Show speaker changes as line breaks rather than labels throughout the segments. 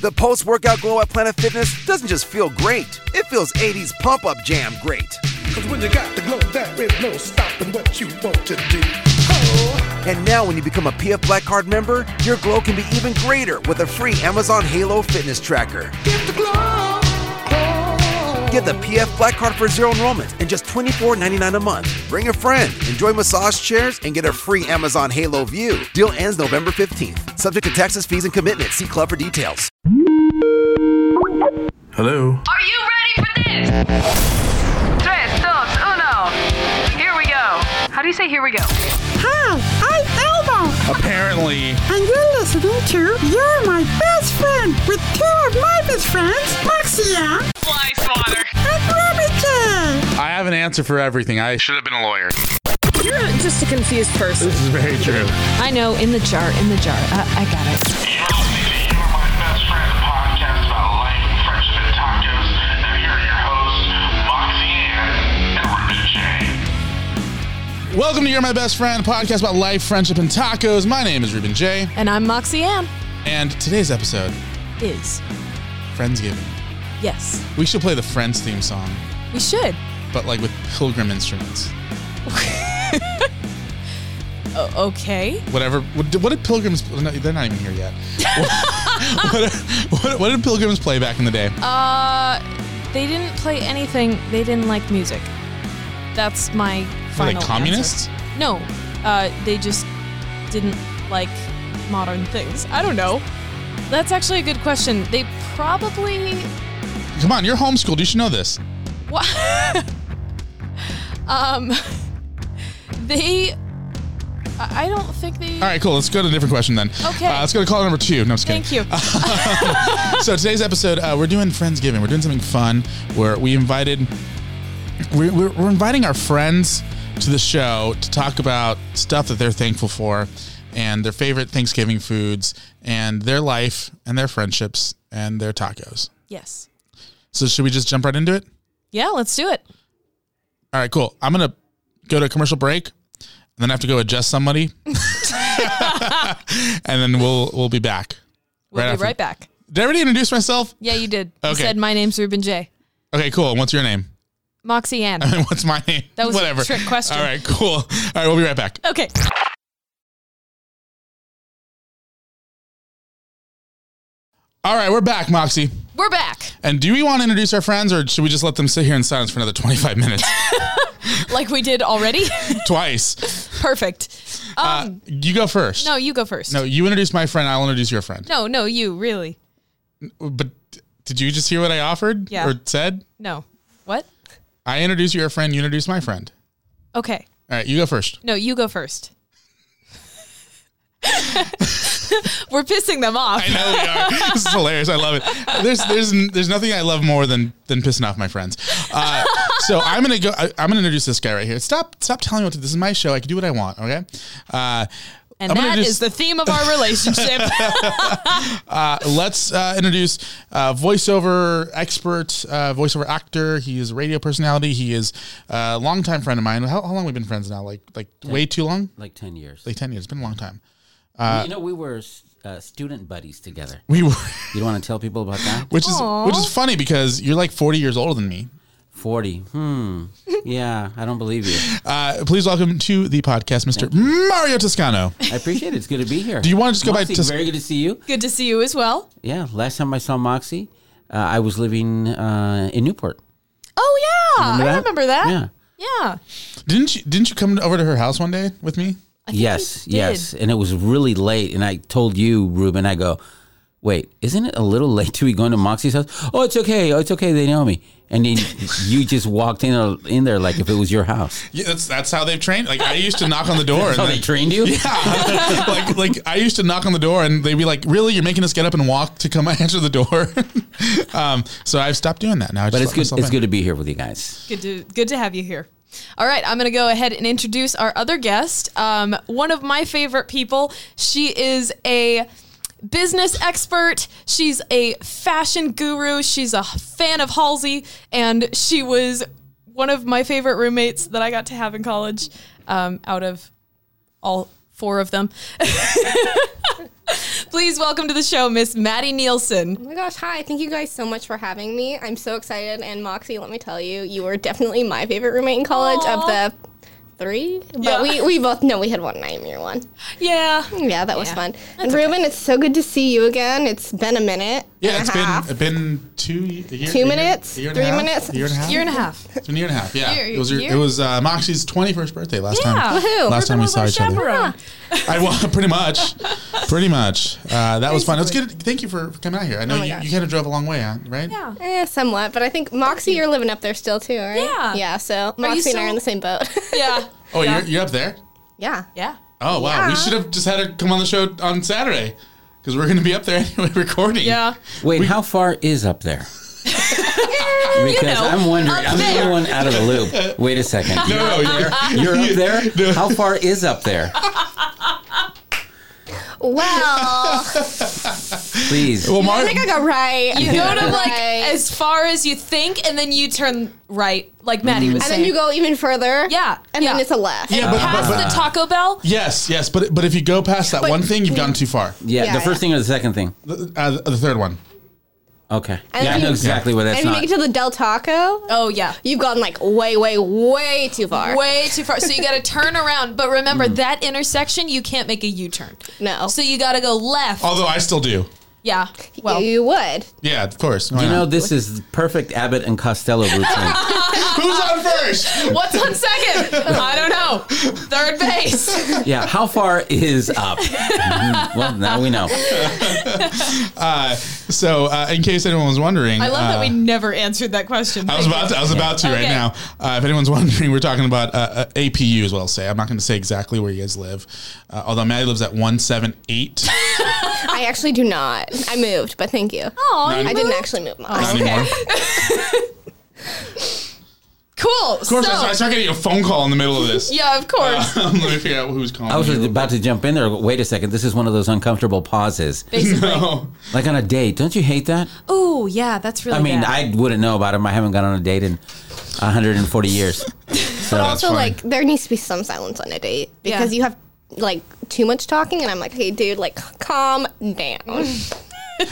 The post workout glow at Planet Fitness doesn't just feel great, it feels 80s pump up jam great.
Cause when you got the glow, there is no stopping what you want to do. Oh,
And now, when you become a PF Black Card member, your glow can be even greater with a free Amazon Halo fitness tracker.
get the glow. glow.
Get the PF Black Card for zero enrollment and just $24.99 a month. Bring a friend, enjoy massage chairs, and get a free Amazon Halo View. Deal ends November 15th. Subject to taxes, fees, and commitment. See Club for details.
Hello.
Are you ready for this? Tres, dos, uno. Here we go. How do you say here we go?
Oh
Hi, I'm Elmo,
Apparently,
and you're listening to You're My Best Friend with two of my best friends, Moxia
Fly swatter.
and Ruby J.
I have an answer for everything. I should have been a lawyer.
You're just a confused person.
This is very true.
I know, in the jar, in the jar. Uh, I got it.
Welcome to You're My Best Friend, a podcast about life, friendship, and tacos. My name is Ruben J.
And I'm Moxie Ann.
And today's episode,
Is.
Friendsgiving.
Yes.
We should play the Friends theme song,
We should.
but like with pilgrim instruments.
O- okay.
Whatever. What, did- what did pilgrims? No, they're not even here yet. what, what- what, what did pilgrims play back in the day?
Uh, they didn't play anything. They didn't like music. That's my
Were
final
they
answer.
communists?
No. Uh, they just didn't like modern things. I don't know. That's actually a good question. They probably
Come on, you're homeschooled. You should know this.
What? um, they. I I don't think they.
All right, cool. Let's go to a different question then.
Okay.
Uh, let's go to caller number two. No, I'm just kidding.
Thank you.
so today's episode, uh, we're doing Friendsgiving. We're doing something fun where we invited, we're, we're, we're inviting our friends to the show to talk about stuff that they're thankful for and their favorite Thanksgiving foods and their life and their friendships and their tacos.
yes.
So should we just jump right into it?
Yeah, let's do it.
All right, cool. I'm going to go to a commercial break and then I have to go adjust somebody. and then we'll, we'll be back.
We'll
Right
be
after-
right back.
Did I already introduce myself?
Yeah, you did. You
Okay.
said my name's Ruben J.
Okay, cool. And what's your name?
Moxie Ann.
And what's my name?
That was a
Whatever.
trick question.
All right, cool. All right, we'll be right back.
okay.
All right, we're back, Moxie.
We're back.
And do we want to introduce our friends or should we just let them sit here in silence for another 25 minutes?
Like we did already.
Twice.
Perfect.
Uh,
Um,
you go first.
no, you go first.
No, you introduce my friend, I'll introduce your friend.
No, no, you really.
But d- did you just hear what I offered
Yeah.
or said?
No. What?
I introduce your friend, you introduce my friend.
Okay.
All right, you go first.
No, you go first. We're pissing them off.
I know we are. this is hilarious. I love it. There's there's there's nothing I love more than than pissing off my friends. Uh, so I'm gonna go. I, am gonna introduce this guy right here. Stop stop telling me what to. This is my show. I can do what I want. Okay. Uh,
And
I'm gonna
that
just-
is the theme of our relationship.
let's uh, introduce uh, voiceover expert, uh, voiceover actor. He is a radio personality. He is a longtime friend of mine. How, how long we been friends now? Like like way too long.
like 10 years.
Like ten years. It's been a long time.
you know, we were uh, student buddies together.
We were,
You don't want to tell people about that?
which is which is funny because you're like 40 years older than me.
40. Hmm. Yeah, I don't believe you.
Uh, please welcome to the podcast, Mr. Mario Toscano.
I appreciate it. It's good to be here.
Do you wanna just go back
Moxie,
to-
Very good to see you.
Good to see you as well.
Yeah, last time I saw Moxie, uh, I was living uh, in Newport.
Oh yeah,
Remember
I
that?
remember that.
Yeah.
Yeah.
Didn't you didn't you come over to her house one day with me?
Yes,
you did.
yes. And it was really late. And I told you, Ruben, I go, wait, isn't it a little late to be going to Moxie's house? Oh, it's okay. Oh, it's okay. They know me. And then you just walked in, uh, in there like if it was your house.
Yeah, that's that's how they've trained. Like I used to knock on the door.
That's how
and
they
then-
trained you?
Yeah, like like I used to knock on the door and they'd be like, "Really, you're making us get up and walk to come answer the door." um, so I've stopped doing that now. I
But it's
just let
good.
myself
It's
in.
good to be here with you guys.
Good to good to have you here. All right, I'm going to go ahead and introduce our other guest. Um, one of my favorite people. She is a business expert. She's a fashion guru. She's a fan of Halsey, and she was one of my favorite roommates that I got to have in college. Um, out of all four of them. Please welcome to the show, Miss Maddie Nielsen.
Oh my gosh, hi. Thank you guys so much for having me. I'm so excited. And Moxie, let me tell you, you were definitely my favorite roommate in college of
Aw.
the three. But
Yeah.
we, we both know we had one nightmare one.
Yeah.
Yeah, that was fun. And Ruben, it's so good to see you again. It's been a minute.
Yeah,
and
it's
a half.
been been two y- a year,
Two
a year-
minutes?
a year and
Three
a half?
minutes?
a year and a half,
Year and a half.
It's been a year and a half. Yeah,
Year-
it was your,
year?
it was uh, Moxie's twenty first birthday last time.
Woohoo.
Last time we saw each other.
chaperone.
I well, pretty much, pretty much. Uh, that was fun. It was good. Thank you for for coming out here. I know
my
you,
gosh.
you kind of drove a long way, huh? right?
Yeah.
Eh, somewhat, but I think Moxie, you're living up there still too, right?
Yeah.
Yeah. So Moxie and I
still-
are in the same boat.
Yeah.
Oh, you're you're up there.
yeah.
Yeah.
Oh wow, we
Yeah.
should have just had her come on the show on Saturday because we're going to be up there anyway recording.
Yeah.
Wait, how far is up there? because
know,
I'm wondering.
up
I'm the
there.
only one out of the loop. Wait a second.
No, no, you're-
You're up there?
No.
How far is up there?
Well,
Please.
Well,
I
Mar-
think I got right.
You go to like
Right.
as far as you think, and then you turn right, like Maddie was
and
saying.
then you go even further.
Yeah,
And
yeah.
then it's a left.
yeah, but, but,
past
but-
the Taco Bell.
yes, yes, but but if you go past that
But-
one thing, you've gone too far.
yeah,
yeah,
the first
yeah.
thing or the second thing?
The, uh, the third one.
Okay.
And
yeah, I
if
know
you-
exactly where that's
and you
not.
make it to the Del Taco.
Oh yeah.
You've gone like way, way, way too far.
Way too far. So you got to turn around. But remember, that intersection, you can't make a U turn.
No.
So you got to go left.
Although I still do.
yeah. Well,
you would.
Yeah, of course. Why
you know,
not?
this is the perfect Abbott and Costello routine.
who's on first?
what's on second? I don't know. Third base.
yeah, how far is up? Mhm. Well, now we know.
So, uh, in case anyone was wondering,
I love
uh,
that we never answered that question.
I was about to, I was about to right
Okay.
now. Uh, if anyone's wondering, we're talking about uh, uh, APU as well. Say, I'm not going to say exactly where you guys live, uh, although Maddie lives at one seven eight.
I actually do not. I moved, but thank you.
Ah. Oh,
I didn't actually move. Mom.
Not anymore.
cool.
Of course,
so,
I start getting a phone call in the middle of this.
yeah, of course.
Um, let me figure out who's calling.
I was
me.
about to jump in there. but Wait a second. This is one of those uncomfortable pauses.
Basically.
No.
Like on a date. Don't you hate that?
Oh, yeah, that's really
I mean,
bad.
I wouldn't know about him. I haven't gone on a date in 140 years. So,
also,
fine.
like, there needs to be some silence on a date
Yeah.
because you have like too much talking, and I'm like, hey, dude, like, calm down.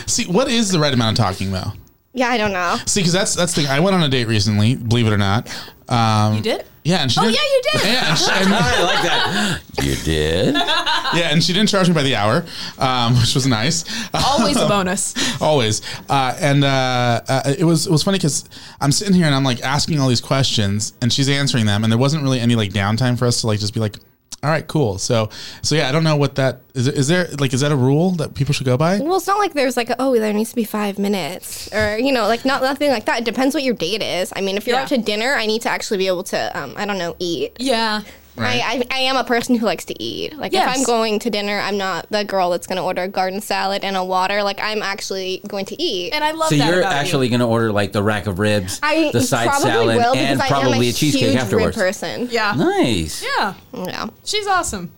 See, what is the right amount of talking though?
yeah, I don't know.
See, because that's that's the thing. I went on a date recently. Believe it or not. Um,
you did?
Yeah, and she.
Oh,
didn't-
yeah, you did.
Yeah, and she, and-
I like that. You did?
yeah, and she didn't charge me by the hour, um, which was nice.
Always a bonus.
always. Uh, and uh, uh, it was it was funny because I'm sitting here and I'm like asking all these questions, and she's answering them, and there wasn't really any like downtime for us to like just be like, all right, cool. So so yeah, I don't know what that is. Is there like is that a rule that people should go by?
Well, it's not like there's like, a, oh, there needs to be five minutes, or you know, like not nothing like that. It depends what your date is. I mean, if you're
Yeah.
out to dinner, I need to actually be able to, um, I don't know, eat.
Yeah.
Right.
I, I, I am a person who likes to eat. Like
Yes.
if I'm going to dinner, I'm not the girl that's going to order a garden salad and a water. Like I'm actually going to eat.
And I love
So
that.
you're
about you.
actually going to order like the rack of ribs,
I
the side
probably
salad,
will because
and
I am a
probably a cheesecake
huge
afterwards.
rib person.
Yeah.
Nice.
Yeah.
Yeah.
She's awesome.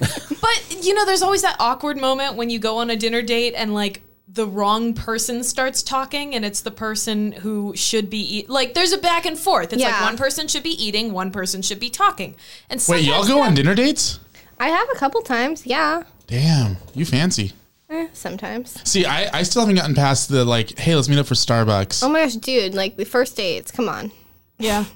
but you know, there's always that awkward moment when you go on a dinner date and like the wrong person starts talking and it's the person who should be eat- like there's a back and forth. It's like
Yeah.
one person should be eating, one person should be talking. And
Wait, y'all
sometimes
go on
that-
dinner dates?
I have a couple times. Yeah.
Damn, you fancy.
Eh, sometimes.
See, I, I still haven't gotten past the like, hey, let's meet up for Starbucks.
Oh my gosh, dude! Like the first dates. Come on.
Yeah.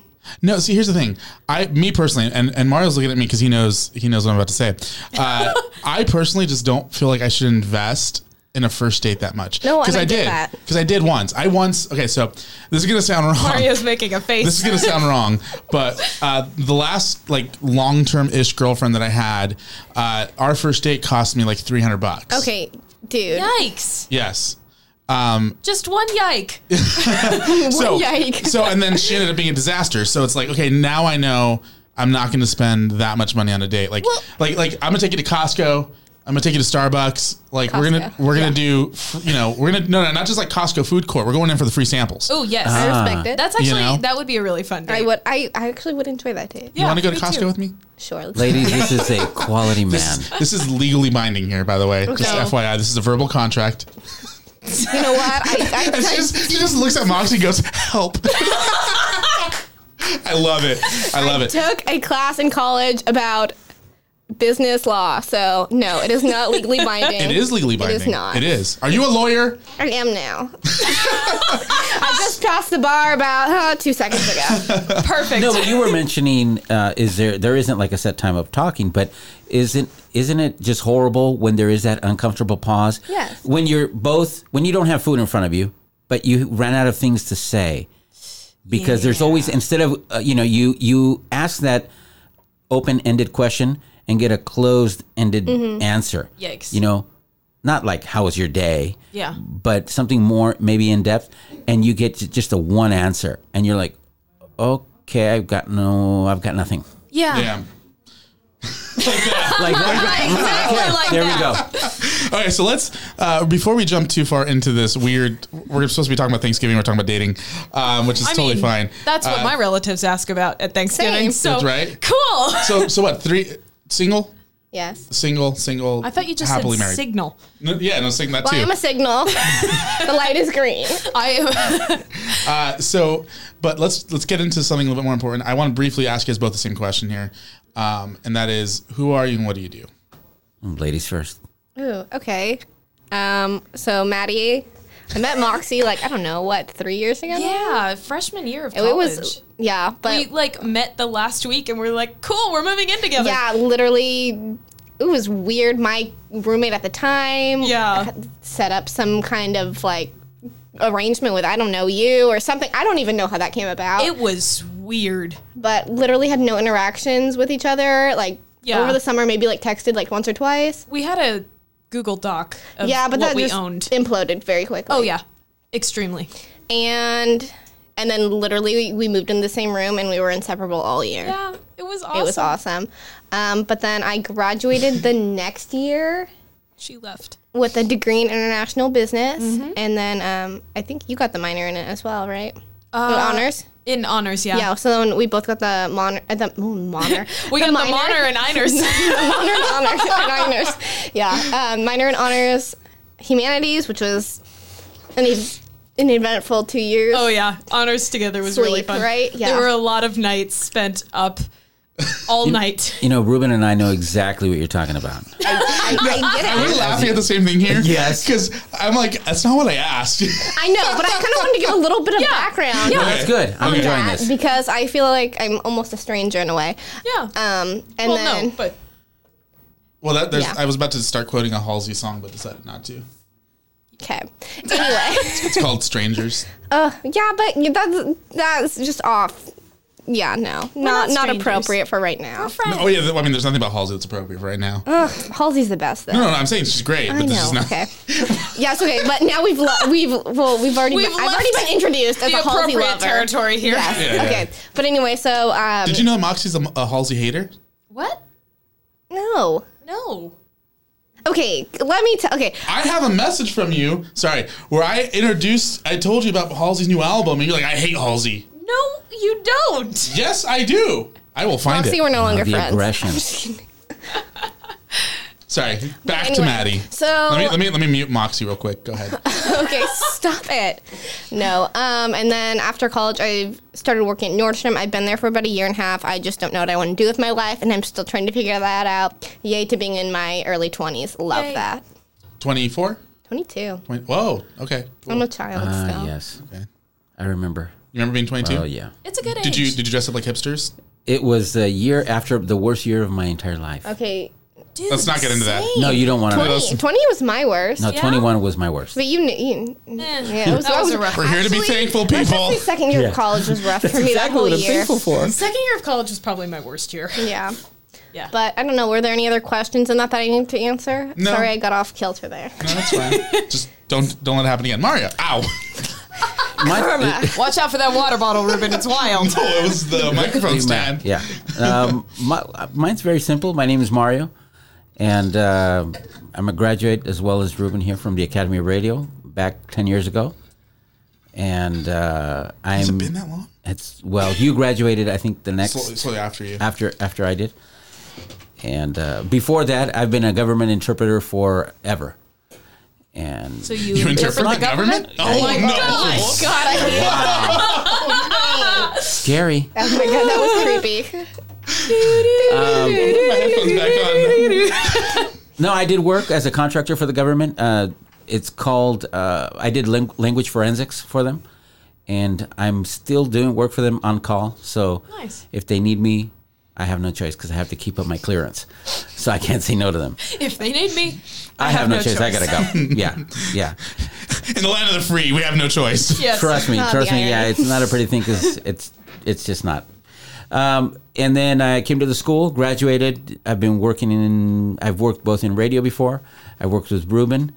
No, see, here's the thing. I, me personally, and, and Mario's looking at me because he knows he knows what I'm about to say. Uh, I personally just don't feel like I should invest in a first date that much.
No, and
because
I get
did
that.
because I did once. I once. Okay, so this is gonna sound wrong.
Mario's making a face.
This is gonna sound wrong, but uh, the last like long term ish girlfriend that I had, uh, our first date cost me like three hundred bucks.
Okay, dude.
Yikes.
Yes.
Just one yike.
so,
Yike.
so and then she ended up being a disaster. So it's like, okay, now I know I'm not going to spend that much money on a date. Like,
Well-
like, like I'm gonna take you to Costco. I'm gonna take you to Starbucks. Like we're gonna
Costco.
we're gonna do, you know, we're gonna no no not just like Costco food court. We're going in for the free samples.
Oh, yes.
uh,
Uh-huh.
I respect it.
That's actually
know?
that would be a really fun date.
I would. I, I actually would enjoy that date.
you want to go to
me
Costco
too.
with me?
Sure. Let's
Ladies, this is a quality man.
This is legally binding here, by the way. Just
Okay.
FYI, this is a verbal contract.
You know what? I, I,
And she just, she just looks at Moxie and goes, "Help." I love it. I love it.
took a class in college about business law, so no, it is not legally binding.
It is legally binding.
It is not.
It is. Are you a lawyer?
I am now. I just passed the bar about huh, two seconds ago.
Perfect.
No, but you were mentioning uh, is there there isn't like a set time of talking, but isn't isn't it just horrible when there is that uncomfortable pause?
Yes.
When you're both when you don't have food in front of you, but you ran out of things to say because there's always instead of uh, you know you you ask that open-ended question and get a closed-ended answer.
Mm-hmm. Yikes.
You know, not like how was your day?
Yeah.
But something more maybe in depth and you get j- just a one answer and you're like okay, I've got no I've got nothing.
yeah.
Yeah.
Like that.
Exactly like
there
that.
we go.
All right, so let's uh, before we jump too far into this weird. We're supposed to be talking about Thanksgiving. We're talking about dating, um, which is
I
totally
mean,
fine.
That's what
Uh,
my relatives ask about at Thanksgiving.
Same.
So
That's right.
Cool.
So so what? Three single,
Yes.
single, single.
I thought you just
happily
said
married.
signal.
No, yeah, no, sing that
Well,
too.
I'm a signal. the light is green.
I
Uh, so, but let's let's get into something a little bit more important. I want to briefly ask you guys both the same question here, um, and that is, who are you and what do you do?
Mm, Ladies first.
Ooh, okay. Um, so Maddie, I met Moxie like I don't know what three years ago. now?
yeah, freshman year of
It,
college.
was yeah, but
we like met the last week and we're like, cool, we're moving in together.
yeah, literally, it was weird. My roommate at the time
Yeah.
set up some kind of like arrangement with I don't know you or something. I don't even know how that came about.
It was weird.
but literally had no interactions with each other. Like
Yeah.
over the summer, maybe like texted like once or twice.
We had a Google Doc of
Yeah, but
what
that
we
just
owned.
imploded very quickly.
oh yeah. Extremely.
and and then literally we moved in the same room and we were inseparable all year.
Yeah. It was awesome.
It was awesome. Um, but then I graduated the next year
She left.
with a degree in international business,
Mm-hmm.
and then um, I think you got the minor in it as well, right? Uh, honors.
In honors, yeah.
Yeah. So then we both got the mon uh, the ooh, minor.
We got the minor and honors.
minor and honors. and honors. Yeah, um, minor and honors humanities, which was an ev- an eventful two years.
Oh yeah, honors together was really
Sleep,
fun.
right? Yeah.
There were a lot of nights spent up all night.
You know, Ruben and I know exactly what you're talking about.
I, I get
Are
it.
we laughing at the same thing here?
Yes.
because I'm like, that's not what I asked.
I know, but I kind of wanted to give a little bit of background.
Oh, Yeah.
That's good. I'm
Okay.
enjoying
that
this.
Because I feel like I'm almost a stranger in a way.
Yeah.
Um, and
well,
then
no, but
well, that, there's,
Yeah.
I was about to start quoting a Halsey song, but decided not to.
okay. Anyway,
It's called Strangers.
Uh, yeah, but y- that's that's just off. Yeah, no, not not
strangers.
appropriate for right now.
No, oh yeah, th- I mean, there's nothing about Halsey that's appropriate for right now. No,
Halsey's the best though.
no, no I'm saying she's great,
I
but this
know.
is not.
Okay. yes. Okay. But now we've lo- we've well we've already
We've
been, I've already
left
been introduced as
the
a Halsey
appropriate
lover.
territory here.
Yes.
Yeah, yeah.
okay. But anyway, so um,
Did you know Moxie's a, a Halsey hater?
What?
no.
No.
Okay. Let me tell. Okay.
I have a message from you. Sorry, where I introduced, I told you about Halsey's new album, and you're like, I hate Halsey.
No, you don't.
Yes, I do. I will find
Moxie,
it.
we're no longer
the
friends.
aggression.
Sorry, back to
Anyway,
Maddie.
so-
let me let me let me mute Moxie real quick. Go ahead.
okay, stop it. No. Um, and then after college, I started working at Nordstrom. I've been there for about a year and a half. I just don't know what I want to do with my life, and I'm still trying to figure that out. Yay to being in my early 20s. Love
Yay.
that.
Twenty four.
22.
Whoa. Okay. cool.
I'm a child
Ah,
still.
yes. I remember.
You remember being twenty two?
Oh yeah.
It's a good age.
Did you did you dress up like hipsters?
It was the year after the worst year of my entire life.
Okay.
Dude,
Let's not get into that.
same.
Uh, No, you don't want to know.
20, 20 was my worst.
No,
Yeah.
21 was my worst.
But you knew. You,
Eh,
yeah, it was,
that
I
was a rough.
We're here to be
Actually,
thankful,
my
people.
second year
Yeah.
of college was rough for me that whole year.
for.
Second year of college was probably my worst year.
Yeah.
Yeah.
But I don't know. Were there any other questions in that that I need to answer?
No.
Sorry, I got off kilter there.
No, that's fine. Just don't don't let it happen again. Mario. Ow.
My,
Watch out for that water bottle, Ruben. It's wild.
Oh, it was the microphone
yeah.
stand.
Um, my, mine's very simple. My name is Mario, and uh, I'm a graduate as well as Ruben here from the Academy of Radio back 10 years ago. And uh, I'm.
Has it been that long?
It's well, you graduated. I think the next
Slowly, slowly after you.
after after I did, and uh, before that, I've been a government interpreter forever. And
So you,
You interpret the
interpret
government? Oh,
my
no.
gosh.
God, I hate
scary.
Oh my god, that was creepy.
Headphones back on.
No, I did work as a contractor for the government. Uh, it's called, uh, I did ling- language forensics for them. And I'm still doing work for them on call. So
Nice.
if they need me, I have no choice because I have to keep up my clearance. So I can't say no to them.
If they need me,
I, have, no, choice. I got to go. yeah. Yeah.
In the land of the free, we have no choice.
Yes.
Trust me.
Oh,
Trust
the
me. Yeah.
irony.
It's not a pretty thing because it's, it's just not. Um, and then I came to the school, graduated. I've been working in, I've worked both in radio before. I worked with Ruben,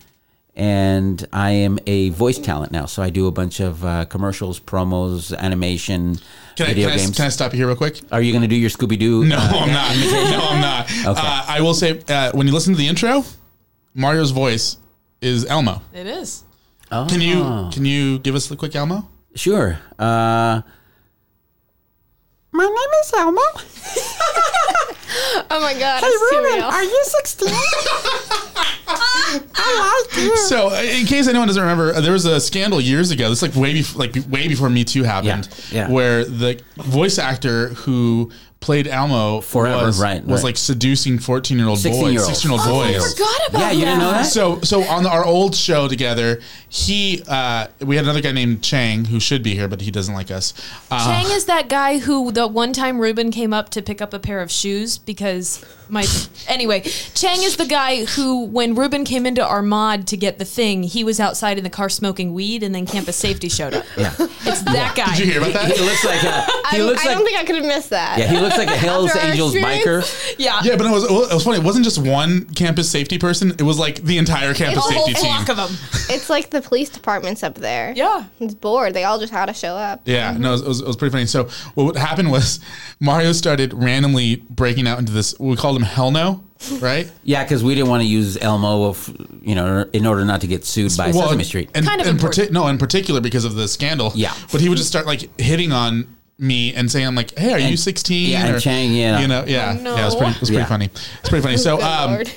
and I am a voice talent now. So I do a bunch of uh, commercials, promos, animation,
Can I,
video
can, I,
games.
can I stop you here real quick?
Are you going to do your Scooby Doo?
No, I'm not. No, I'm not. Uh, I will say, uh, when you listen to the intro, Mario's voice is Elmo.
It is.
Can you can you give us the quick Elmo?
Oh. Sure. Uh,
My name is Elmo.
Oh my god,
Hey,
it's too
Ruben,
real.
are you 16? I like you.
So, uh, in case anyone doesn't remember, uh, there was a scandal years ago. This like way before, like way before Me Too happened,
Yeah, yeah.
where the voice actor who played Elmo
Forever,
was,
right,
was
right.
like seducing fourteen year old boys,
16-year-olds.
sixteen year old
Oh, I
boys.
forgot about
yeah, you didn't know that?
So, so on our old show together, he uh, we had another guy named Chang who should be here, but he doesn't like us. Uh,
Chang is that guy who the one time Ruben came up to pick up a pair of shoes because my anyway, Chang is the guy who when Ruben came into our mod to get the thing, he was outside in the car smoking weed and then campus safety showed up.
yeah.
It's that guy.
did you hear about
He
that?
looks like a,
I,
he looks
I
like
don't think I could have missed that.
yeah, he looks like a Hell's
After our
Angels
experience.
biker.
Yeah.
Yeah, but it was it was funny. It wasn't just one campus safety person; it was like the entire
A
campus
whole
safety team.
flock of them.
It's like the police departments up there.
Yeah.
It's bored. They all just had to show up.
Yeah,
Mm-hmm.
no, it was, it, was, it was pretty funny. So what would happen was Mario started randomly breaking out into this. We called him Hell No, right?
Yeah, because we didn't want to use Elmo, of, you know, in order not to get sued by Sesame Street.
And,
Kind of
in
important.
parti- no, in particular because of the scandal.
Yeah.
but he would just start like hitting on me and saying, "I'm like, hey, are you
And-
16?"
yeah, and Chang, yeah.
you know, yeah,
Oh, no.
yeah. It was pretty, it was pretty
Yeah.
funny. It's pretty funny. So,
Good
um,
lord.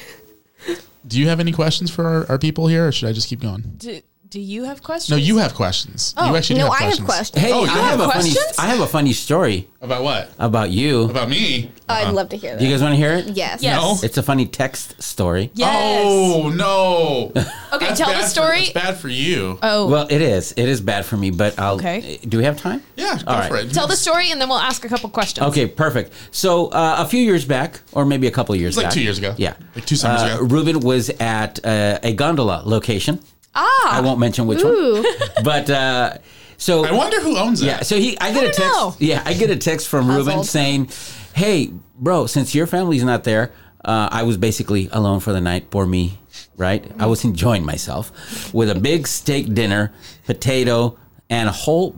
do you have any questions for our, our people here, or should I just keep going?
Do, do you have questions?
No, you have questions.
Oh,
you actually
No,
do have
I have
questions.
questions.
Hey,
Oh, you
I
have
have, a funny.
questions?
I have a funny story
About what?
about you.
About me?
I'd love to hear that.
Do you guys want to hear it?
yes.
Yes.
uh, No.
It's a funny text story.
Yes.
Oh no!
okay,
That's
tell
bad
the
for-
story.
that's bad for you.
oh,
Well, it is. It is bad for me, but I'll.
Okay.
Do we have time?
yeah, go
All
for
right.
it.
tell the story and then we'll ask a couple questions.
Okay, perfect. So uh, a few years back, or maybe a couple of years
like
back.
two years ago.
Yeah.
Like two summers
uh,
ago.
Ruben was at uh, a gondola location.
Ah.
I won't mention which one. But uh, so.
I wonder who owns it.
Yeah, so he, I get a
don't
text.
know.
Yeah, I get a text from Ruben
Puzzled.
saying, "Hey, bro, since your family's not there, uh, I was basically alone for the night. Poor me, right? I was enjoying myself with a big steak dinner, potato, and a whole,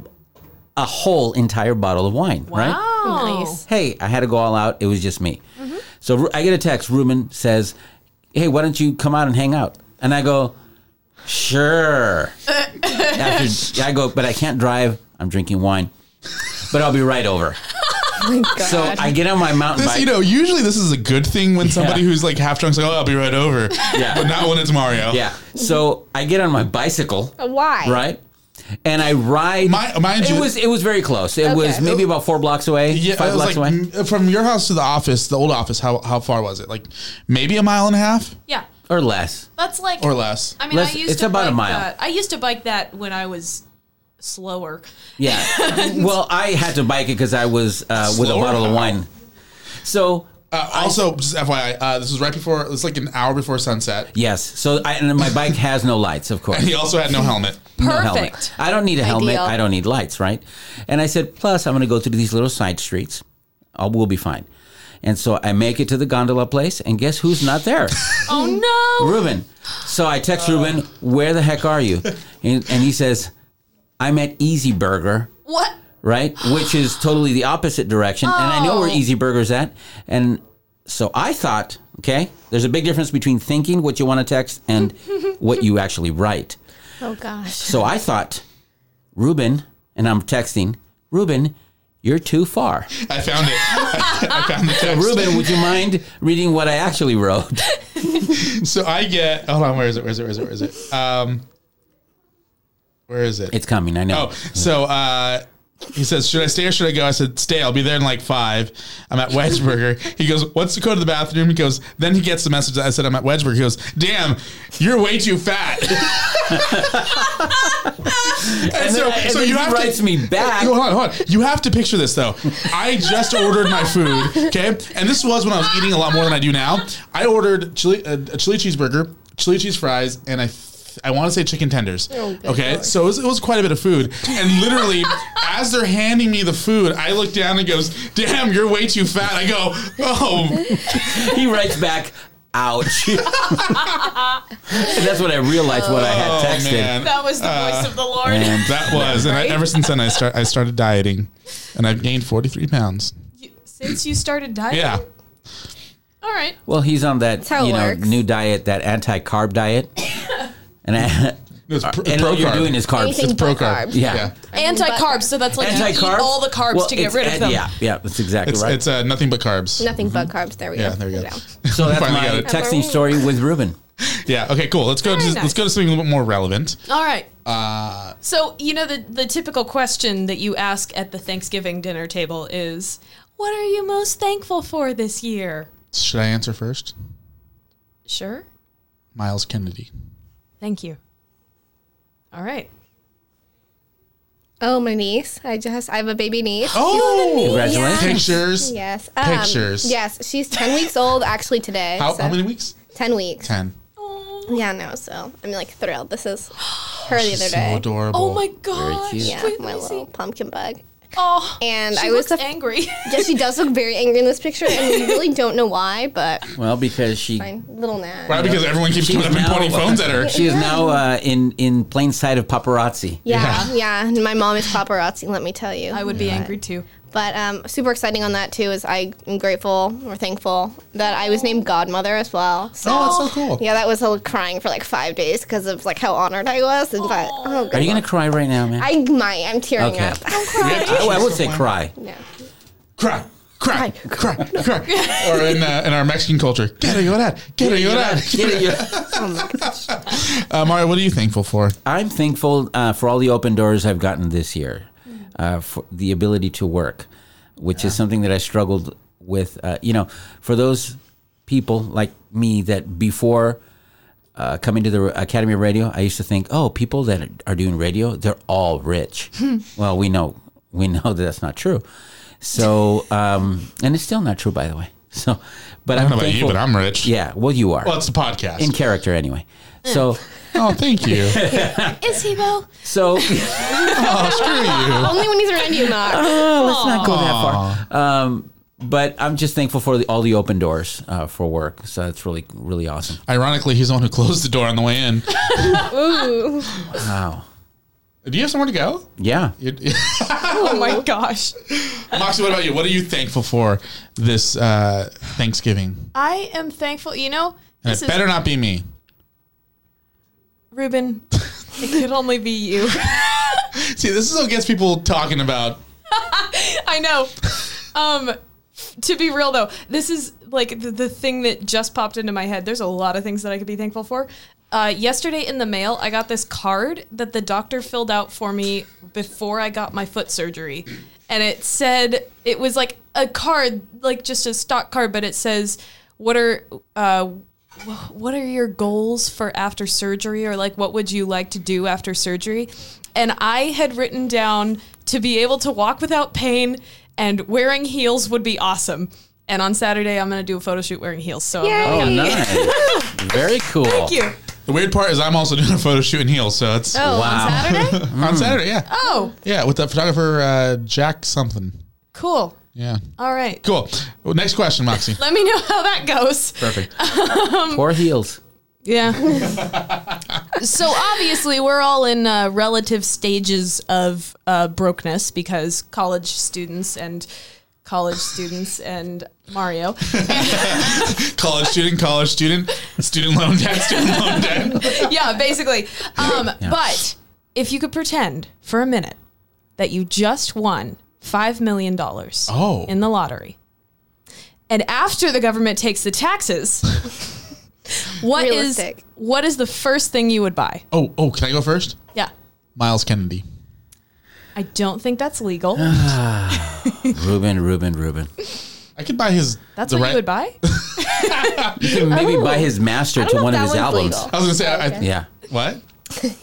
a whole entire bottle of wine. Right?
Oh.
Nice.
Hey, I had to go all out. It was just me. So Ru- I get a text. Ruben says, "Hey, why don't you come out and hang out?" And I go, "Sure." After I go, but I can't drive. I'm drinking wine, but I'll be right over. So I get on my mountain
This,
bike.
you know, usually this is a good thing when somebody
Yeah.
who's like half drunk's like, "Oh, I'll be right over,"
Yeah.
but not when it's Mario.
yeah. So I get on my bicycle,
Why?
right? And I ride.
Mi- mind
it
you-
was it was very close. It was
Okay.
maybe about four blocks away,
Yeah,
five
it was
blocks
like,
away,
m- from your house to the office, the old office. How how far was it? Like maybe a mile and a half
Yeah.
or less.
That's like
or less.
I mean,
Less-
I used
it's
to
about a
bike
mile.
That. I used to bike that when I was slower.
Yeah. well, I had to bike it because I was uh, with a
Slower
bottle of
now.
wine. So
Uh, also, just FYI, uh, this was right before. It's like an hour before sunset.
yes, so I, and my bike has no lights, of course.
He also had no helmet.
No helmet.
Perfect.
I don't need a helmet.
Ideal.
I don't need lights, right? And I said, plus, I'm going to go through these little side streets. i we'll be fine. And so I make it to the gondola place, and guess who's not there?
Oh no.
Ruben. So I text Ruben, where the heck are you? And, and he says, I'm at Easy Burger,
What?
right? Which is totally the opposite direction. And I know where
Oh.
Easy Burger's at. And so I thought, okay, there's a big difference between thinking what you want to text and what you actually write.
Oh gosh.
So I thought, Ruben, and I'm texting, Ruben, you're too far.
I found it. I found the text.
Ruben, would you mind reading what I actually wrote?
So I get. Hold on. Where is it? Where is it? Where is it? Where is it? Um, where is it?
It's coming, I know.
Oh, so uh, He says, "Should I stay or should I go?" I said, "Stay. I'll be there in like five. I'm at Wedgeburger." He goes, "What's the code to the bathroom?" He goes. Then he gets the message. that I said, "I'm at Wedgeburger." He goes, "Damn, you're way too fat." and, so,
And
so
then
you
he
have
writes
to,
me back.
Hold on, hold on. You have to picture this though. I just ordered my food, okay? And this was when I was eating a lot more than I do now. I ordered chili, uh, a chili cheeseburger, chili cheese fries, and I. th- I want to say chicken tenders.
Oh,
good
okay,
Lord.
so it was, it was quite a bit of food, and literally, as they're handing me the food, I look down and goes, "Damn, you're way too fat." I go, "Oh,
He writes back, ouch. and that's what I realized when I had
oh
texted.
man,
That was the voice of the Lord.
Uh, And
that was." And I, ever since then, I start I started dieting, and I've gained forty three pounds.
You- Since you started dieting?
Yeah,
All right.
Well, he's on that
how it
you know
works.
new diet, that anti-carb diet, and I,
it's pro-
and all you're
pro-carb.
doing is carbs.
Anything
pro
but
carb.
carbs.
yeah.
yeah.
Anti-carbs, so that's like you eat
Anti-carb.
all the carbs
Well,
to get
it's
rid
an-
of them.
Yeah, yeah, that's exactly
It's,
right.
it's uh, nothing but carbs.
Nothing but carbs. There we go.
Yeah, there you go.
so that's
Finally
my
got it.
texting story with Ruben.
Yeah. Okay. Cool. Let's go. To,
Very
Let's
nice.
go to something a little bit more relevant.
All right. so you know the the typical question that you ask at the Thanksgiving dinner table is, "What are you most thankful for this year?"
Should I answer first?
Sure.
Miles Kennedy.
Thank you. All right.
Oh, my niece. I just I have a baby niece.
Oh,
Congratulations.
pictures.
Yes. um,
Pictures.
Yes, she's ten weeks old actually today.
How,
so-
how many weeks?
Ten weeks.
Ten.
Yeah, no. So I'm like thrilled. This is her the other
She's
day.
so adorable.
Oh my gosh.
cute.
Yeah,
Wait, let
my
me see.
little pumpkin bug.
Oh,
And
she
I was
looks
the-
angry.
Yeah, she does look very angry in this picture, and we really don't know why, but
Well, because she
fine. Little Nat.
Right, because everyone keeps
She's
coming up and
now-
pointing phones at her.
she is now uh, in in plain sight of paparazzi.
Yeah, yeah. and My mom is paparazzi, let me tell you.
I would be angry too.
But um, super exciting on that too is I am grateful or thankful that I was named godmother as well. So
Oh, that's so cool.
yeah, that was a little crying for like five days because of like how honored I was. And but oh,
Are
good
you gonna
lord.
cry right now, man?
I might. I'm tearing
Okay.
up.
I, I would say cry.
yeah.
Cry. Cry, cry, cry, or in uh, in our Mexican culture, get it, get it,
Get it, you're-
Oh,
Uh, Mario, what are you thankful for?
I'm thankful uh, for all the open doors I've gotten this year, uh, for the ability to work, which is something that I struggled with. Uh, you know, for those people like me that before uh, coming to the Academy of Radio, I used to think, oh, people that are doing radio, they're all rich. well, we know we know that that's not true. So, um, and it's still not true, by the way. So, but I
don't know about you, but I'm rich.
Yeah, well, you are
Well, it's the podcast.
in character anyway. So,
oh, thank you.
Is he though?
so.
Oh, screw you.
Only when he's around you, not.
let's not go that far. Um, but I'm just thankful for the, all the open doors uh, for work. So that's really, really awesome.
Ironically, he's the one who closed the door on the way in.
Wow.
Do you have somewhere to go?
Yeah.
You-
Oh my gosh.
Moxie, what about you? What are you thankful for this uh, Thanksgiving?
I am thankful. You know,
And
Uh, this
it
is
better not be me.
Ruben. It could only be you.
See, this is what gets people talking about.
I know. Um, to be real though, this is like the, the thing that just popped into my head. There's a lot of things that I could be thankful for. Uh, yesterday in the mail, I got this card that the doctor filled out for me before I got my foot surgery, and it said it was like a card, like just a stock card, but it says, "What are uh, wh- what are your goals for after surgery, or like what would you like to do after surgery?" And I had written down to be able to walk without pain and wearing heels would be awesome. And on Saturday, I'm going to do a photo shoot wearing heels. So I'm really
Oh,
happy.
nice. Very cool.
Thank you.
The weird part is I'm also doing a photo shoot in heels, so it's
Oh,
Wow.
on Saturday?
on Saturday. Yeah,
Oh,
yeah, with the photographer uh, Jack something.
cool.
Yeah,
All right.
cool. Well, next question, Moxie.
Let me know how that goes.
Perfect.
Poor heels.
Yeah. so obviously, we're all in uh, relative stages of uh, brokenness because college students and college students and Mario.
college student, college student, student loan debt, student loan debt.
yeah, basically. Um, But if you could pretend for a minute that you just won $5 million
Oh.
in the lottery, and after the government takes the taxes, what is
Realistic.
what is the first thing you would buy?
Oh, oh, can I go first?
Yeah.
Miles Kennedy.
I don't think that's legal.
Ruben, Ruben, Ruben.
I could buy his.
That's
the
what
right-
you would buy?
You can maybe buy his master
don't
to
know
one
if
of his
that one's
albums.
legal.
I was gonna say, I, I-
Yeah.
what?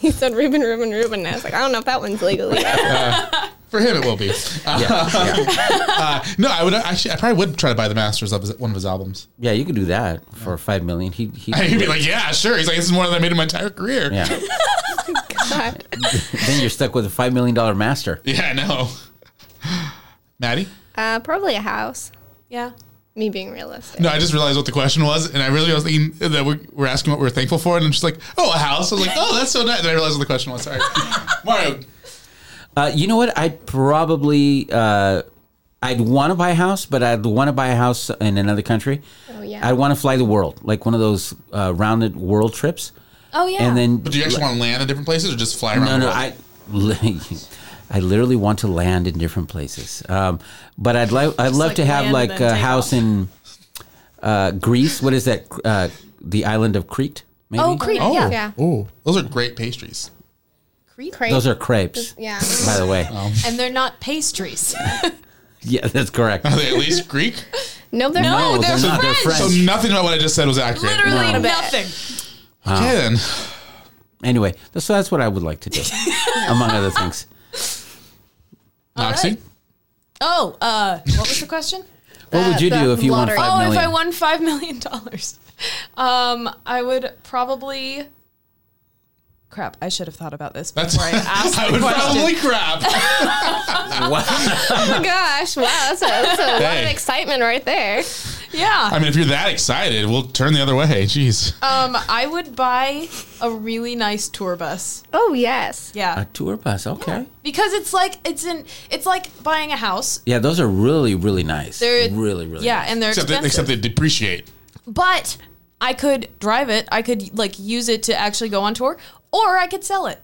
He said Ruben, Ruben, Ruben. And I was like, I don't know if that one's legal. either.
For him, it will be. Uh,
Yeah, yeah.
no, I would actually. I probably would try to buy the masters of his, one of his albums.
yeah, you could do that for five million. He he.
He'd be like, "Yeah, sure." He's like, "This is more than I made in my entire career."
yeah.
God.
then you're stuck with a five million dollar master.
Yeah, I know. Maddie?
Uh, probably a house.
Yeah.
Me being realistic.
No, I just realized what the question was, and I really was thinking that we we're asking what we are thankful for, and I'm just like, oh, a house. I was like, oh, that's so nice. And I realized what the question was. Sorry, Mario.
Uh, you know what? I'd probably uh, I'd want to buy a house, but I'd want to buy a house in another country.
Oh, yeah.
I'd want to fly the world, like one of those uh, rounded world trips,
Oh, yeah.
and then.
But do you actually want to land in different places or just fly around?
No,
the
no,
world?
I. li- I literally want to land in different places, um, but I'd like I'd love
like
to have
land and
like
then
a
take
house
off.
in uh, Greece. What is that? Uh, the island of Crete. Maybe?
oh, Crete.
Oh,
Yeah.
Yeah.
oh, those are great pastries.
Crete.
Crazy.
Those are crepes.
Yeah.
By the way,
And they're not pastries.
yeah, that's correct.
Are they at least Greek?
No, they're
No,
not.
they're
they're not. They're
French.
So
French.
nothing about what I just said was accurate.
Literally
No.
nothing.
Okay, then.
Anyway, th- so that's what I would like to do, among other things.
Noxie?
right. Oh, uh, what was the question?
What would you do if you won
lottery.
five
Oh,
million?
if I won five million dollars, um, I would probably. Crap! I should have thought about this
That's
before I asked
I
the
would
question.
probably grab.
Wow.
Oh my gosh. Wow. That's a, that's a lot of
Hey.
excitement right there.
yeah.
I mean, if you're that excited, we'll turn the other way. Jeez.
Oh,
Um, I would buy a really nice tour bus.
Oh, yes.
Yeah,
a tour bus. Okay.
because it's like it's in it's like buying a house.
Yeah, those are really, really nice.
They're
really, really.
yeah,
nice.
and they're
except, they,
expensive.
except they depreciate.
but I could drive it. I could like use it to actually go on tour, or I could sell it.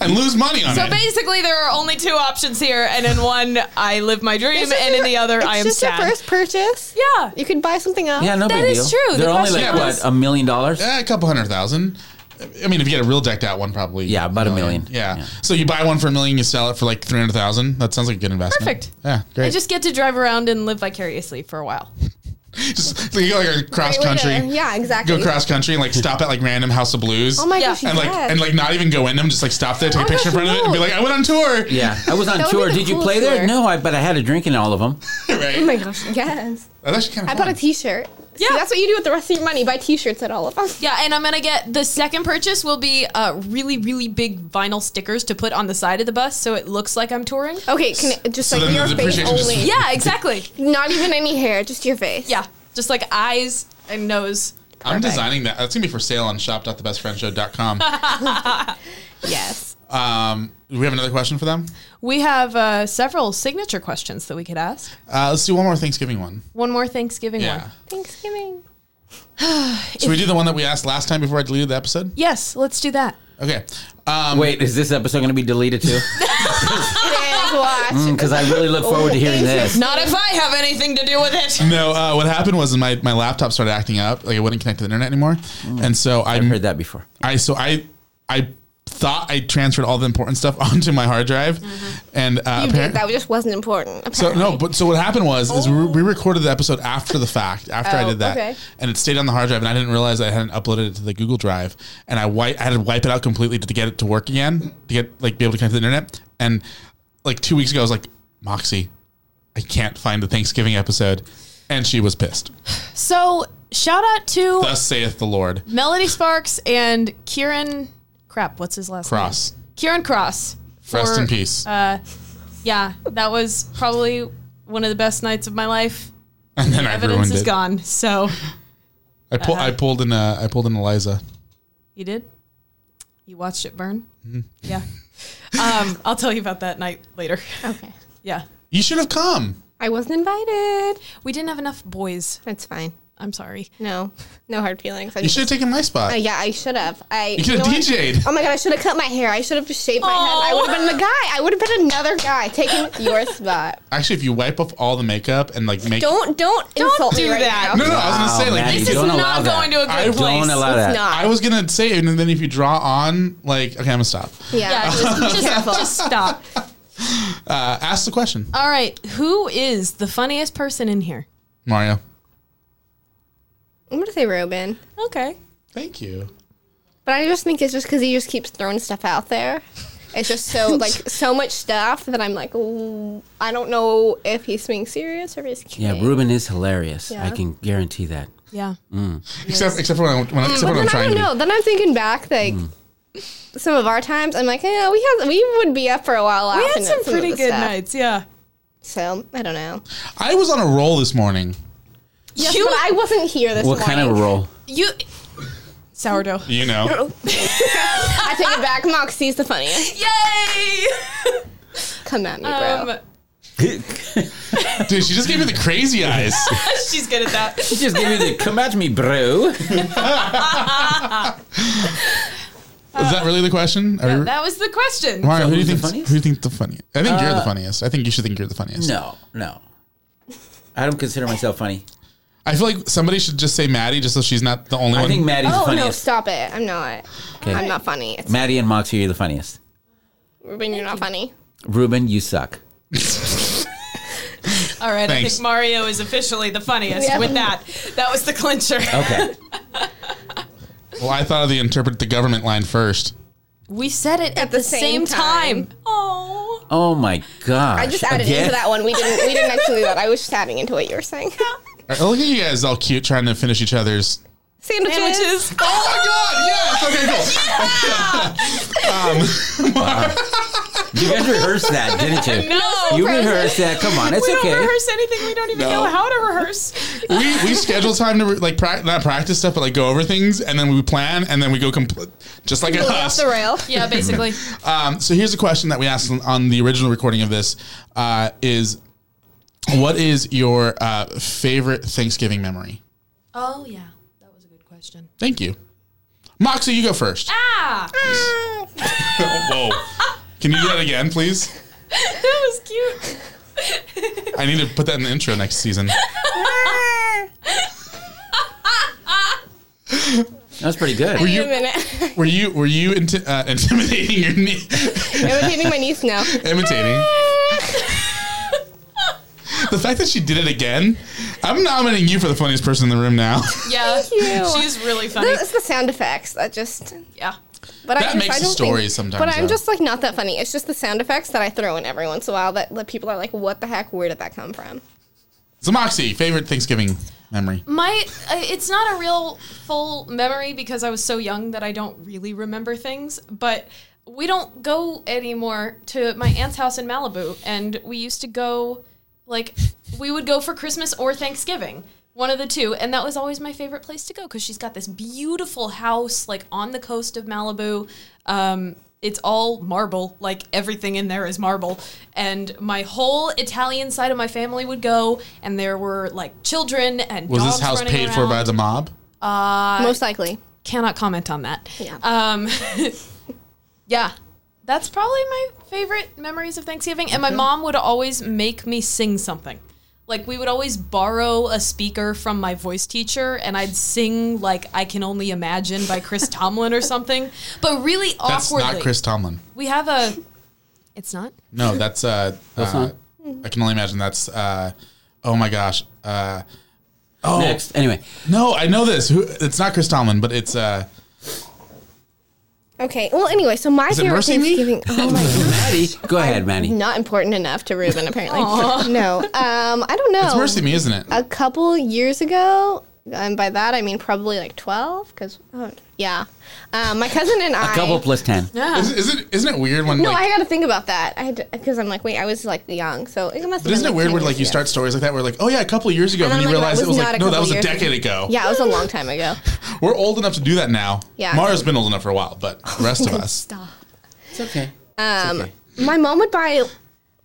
And lose money on
So
it.
basically, there are only two options here, and in one, I live my dream,
This is
and in
your-
the other,
it's
I am
just
sad.
your first purchase.
Yeah.
You could buy something else.
yeah, no
That
big
is
deal.
true. The
They're only like
question
what
was-
a million dollars.
Eh, a couple hundred thousand. I mean, if you get a real decked out one, probably.
Yeah, about a million.
Yeah.
Yeah.
So you buy one for a million, you sell it for like 300,000. That sounds like a good investment.
Perfect.
Yeah, great.
I just get to drive around and live vicariously for a while.
just so you go like cross
Great way to-
country.
yeah, exactly.
Go cross country and like stop at like random House of Blues.
Oh my
Yeah.
gosh.
And like,
yes.
and like not even go in them, just like stop there, take
Oh
a
my
picture in
gosh,
front of it and be
no.
like, I went on tour.
Yeah, I was on
That would be
tour.
the
Did you
cool
play there?
tour.
No, I but I had a drink in all of them.
right.
oh my gosh. Yes.
That's actually kind of
I bought a t shirt.
Yeah.
See, that's what you do with the rest of your money. Buy t shirts at all of us.
Yeah, and I'm gonna get the second purchase will be uh, really, really big vinyl stickers to put on the side of the bus, so it looks like I'm touring.
Okay, can it, just
So
like
then
your
the
face
depreciation just-
only.
Yeah, exactly.
Not even any hair, just your face.
Yeah, just like eyes and nose.
I'm designing that. That's going to be for sale on shop.thebestfriendshow.com.
Yes.
um, do we have another question for them?
We have uh, several signature questions that we could ask.
Uh, let's do one more Thanksgiving one.
One more Thanksgiving
Yeah.
one.
Thanksgiving.
Should we do the one that we asked last time before I deleted the episode?
Yes, let's do that.
Okay. Um,
Wait, is this episode going to be deleted too?
Big watch.
Because I really look forward to hearing this.
Not if I have anything to do with it.
No, uh, what happened was my, my laptop started acting up. Like it wouldn't connect to the internet anymore. And so I,
Mm. I've heard that before.
I so I I thought I transferred all the important stuff onto my hard drive, and uh,
Mm-hmm. You
apparent-
did. That just wasn't important.
so no, but so what happened was is we, we recorded the episode after the fact, after I
Oh,
did that,
okay.
and it stayed on the hard drive, and I didn't realize I hadn't uploaded it to the Google Drive, and I wipe I had to wipe it out completely to get it to work again, to get like be able to connect to the internet, and like two weeks ago I was like, Moxie, I can't find the Thanksgiving episode, and she was pissed.
So shout out to
Thus saith the Lord.
Melody Sparks and Kieran. Crap, what's his last
Cross.
name? Kieran Cross. for-
Rest in peace.
Yeah, that was probably one of the best nights of my life.
and then I
Evidence
ruined
is
it.
gone. So
I pull, I pulled in uh, I pulled in Eliza.
you did. You watched it burn.
Mm-hmm.
Yeah. Um, I'll tell you about that night later.
okay.
Yeah.
You should have come.
I wasn't invited.
We didn't have enough boys.
That's fine.
I'm sorry.
No, no hard feelings. I
You should have taken my spot.
Uh, yeah, I should have. I
You coulda
know what?
DJ'd.
Oh my god, I should have cut my hair. I should have shaved my head. I
Oh.
would have been the guy. I would have been another guy taking your spot.
Actually, if you wipe off all the makeup and like make
Don't don't insult
do
me right
that.
now.
no, no, I was gonna say like
Maddie,
make
This is
Oh, don't allow
not
that.
going to a good
I
place.
Don't allow
It's
that.
not.
I was gonna say, and then if you draw on, like, okay, I'm gonna stop.
Yeah,
Yeah, just, just-
careful.
just stop.
Uh, ask the question,
All right, who is the funniest person in here?
Mario.
I'm gonna say Ruben,
Okay.
Thank you.
but I just think it's just because he just keeps throwing stuff out there. It's just so like so much stuff that I'm like, ooh, I don't know if he's being serious or if he's kidding.
Yeah, Ruben is hilarious. I
Yeah.
can guarantee that.
Yeah.
Except, except for when, I, when, except for
But
when I'm
then I
trying
don't
to.
know.
Be.
Then I'm thinking back, like
Hmm.
some of our times, I'm like, yeah, we had we would be up for a while.
We had
laughing at
some
of
pretty
the
good
stuff.
nights, yeah.
So I don't know.
I was on a roll this morning.
Yes,
You-
but I wasn't here this
What
morning.
kind of role?
You sourdough.
You know,
I take it back. Moxie's the funniest.
Yay!
Come at me, bro.
Um,
dude, she just gave me the crazy eyes.
she's good at that.
Just give me the come at me, bro.
Is that really the question? Are you-
That was the question.
Mario,
So
who do you
who's the
think?
funniest? Uh,
Who do you think the funniest? I think you're the funniest. I think you should think you're the funniest.
No, no. I don't consider myself funny.
I feel like somebody should just say Maddie, just so she's not the only
I
one.
think Maddie's the
oh no,
funniest.
stop it! I'm not.
Okay.
I'm not funny. It's
Maddie and Moxie, you're the funniest.
Ruben, you're not funny.
Ruben, you suck.
All right, I
Thanks.
think Mario is officially the funniest
Yeah.
with that. That was the clincher.
Okay.
well, I thought of the interpret the government line first.
We said it at,
the same time.
Oh.
Oh my gosh.
I just added
Again?
into that one. We didn't. We didn't actually do that. I was just adding into what you were saying.
All right, look at you guys all cute trying to finish each other's.
Sandwiches.
Sandwiches.
Oh my god! Yes. Okay. Cool.
You guys rehearsed that, didn't you?
No.
You rehearsed that. Come on, it's
we
okay.
don't rehearse anything. We don't even
No.
know how to rehearse.
we we schedule time to re- like pra- not practice stuff, but like go over things, and then we plan, and then we go compl- just like
Completely
us.
off the rail.
Yeah, basically.
Um, so here's a question that we asked on- on the original recording of this: uh, is what is your uh, favorite Thanksgiving memory?
oh yeah, that was a good question.
Thank you, Moxie. You go first. Oh,
Ah,
Whoa! Can you do that again, please?
that was cute.
I need to put that in the intro next season.
That's pretty good.
Wait
you-
a minute.
Were you were you inti- uh, intimidating your knee?
I'm hitting my niece now.
imitating? The fact that she did it again, I'm nominating you for the funniest person in the room now.
Yeah,
you.
she's really funny.
It's the sound effects that just.
Yeah.
But
That
I just,
makes
I
the
don't
story
think,
sometimes,
But I'm
though.
just like not that funny. It's just the sound effects that I throw in every once in a while that, that people are like, "What the heck? Where did that come from?"
So Moxie, favorite Thanksgiving memory?
My, uh, it's not a real full memory because I was so young that I don't really remember things, but we don't go anymore to my aunt's house in Malibu. And we used to go, like, we would go for Christmas or Thanksgiving, one of the two. And that was always my favorite place to go because she's got this beautiful house, like, on the coast of Malibu. Um, it's all marble, like everything in there is marble. And my whole Italian side of my family would go, and there were like children and
Was
dogs
this house
running
paid for by
around
the mob? Uh,
Most likely.
cannot comment on that.
Yeah.
Um, yeah. That's probably my favorite memories of Thanksgiving. And my mom would always make me sing something. Like, we would always borrow a speaker from my voice teacher, and I'd sing, like, I Can Only Imagine by Chris Tomlin or something. But really
That's
awkwardly.
not Chris Tomlin.
We have a. It's not?
No, that's uh, uh I can only imagine that's uh oh my gosh. Uh oh
Next. Anyway,
no, I know this. Who it's not Chris Tomlin, but it's uh
Okay. Well, anyway, so my
it
favorite
Mercy Me?
Thanksgiving. Oh my god.
Maddie, go ahead, Maddie.
Not important enough to Ruben, apparently. no. Um, I don't know.
it's Mercy Me, isn't it?
A couple years ago, and by that I mean probably like 12, because, oh, yeah. Um, my cousin and I.
Couple plus ten.
Is, isn't isn't it weird when
No,
like
I got to think about that. I had because I'm like, wait, I was like young, so it must.
but isn't it weird when like you start stories like that where like oh yeah a couple years ago and then
I'm
you
like, that
realize it
was
was
not
like
a
no that
couple
was a
years
decade ago
Yeah, it was a long time ago.
we're old enough to do that now
Yeah.
Mara's been old enough for a while but the rest of us
Stop.
It's okay.
Um, my mom would buy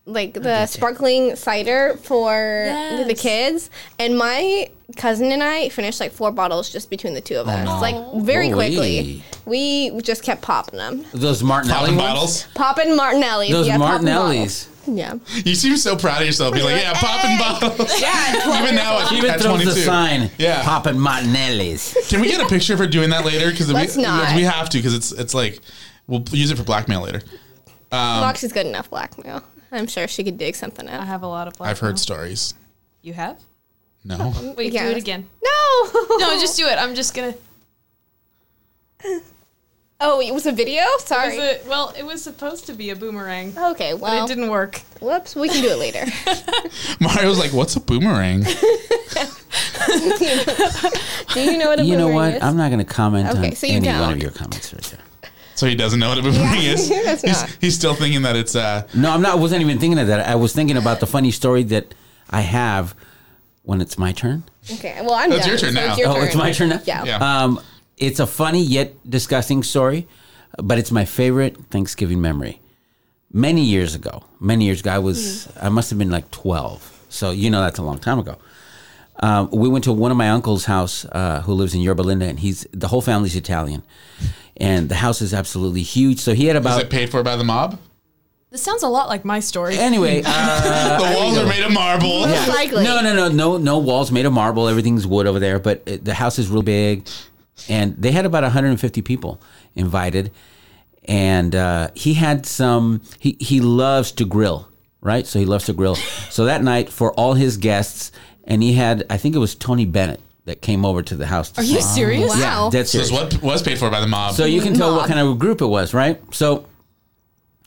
like the sparkling cider for the
Yes.
kids, and my cousin and I finished like four bottles just between the two of
Oh,
us, like very quickly. We just kept popping them,
Those Martinelli
Popping
ones?
bottles.
popping Martinellis.
Those
yeah, popping
Martinellis.
bottles. Yeah.
You seem so proud of yourself. You're like, yeah, popping bottles.
Yeah.
Even now, I
She
think
even
at
throws
22.
the sign.
Yeah.
Popping Martinelli's.
Can we get a picture of her doing that later? Because
Let's
we,
not.
we have to. Because it's it's like we'll use it for blackmail later. Um,
Moxie's good enough blackmail. I'm sure she could dig something
I
up.
have a lot of black.
I've heard stories.
You have?
No.
Wait,
Yeah.
do it again.
No.
No, just do it. I'm just gonna.
Oh, it was a video. Sorry.
Was it- well, it was supposed to be a boomerang,
okay.
but
Well,
it didn't work.
whoops. We can do it later.
Mario's like, what's a boomerang?
do you know what a
You know
boomerang
what?
is?
I'm not going to comment
Okay,
on
so you
any one
don't.
of your comments right there.
So he doesn't know what a boomerang
Yeah,
is.
that's
he's,
not.
he's still thinking that it's uh
No, I'm not. I wasn't even thinking of that. I was thinking about the funny story that I have when it's my turn.
okay. Well, I'm.
Oh, it's
done,
your turn
so
now.
your
oh, it's my turn now.
Yeah.
Yeah.
Um, it's a funny yet disgusting story, but it's my favorite Thanksgiving memory. Many years ago, many years ago, I was I must have been like twelve. So you know that's a long time ago. Um, we went to one of my uncle's house uh, who lives in Yorba Linda, and he's the whole family's Italian, and the house is absolutely huge. So he had
is
about
it paid for by the mob?
This sounds a lot like my story.
anyway. Uh,
the walls are made of marble.
Most likely.
No, no, no, no, no walls made of marble. Everything's wood over there, but it, the house is real big, and they had about 150 people invited, and uh, he had some. He he loves to grill, right? So he loves to grill. so that night for all his guests, and he had I think it was Tony Bennett that came over to the house. to
Are you
see-
serious?
Yeah,
Wow.
that's
So it's what was paid for by the mob.
so you can tell
Mob.
what kind of group it was, right? So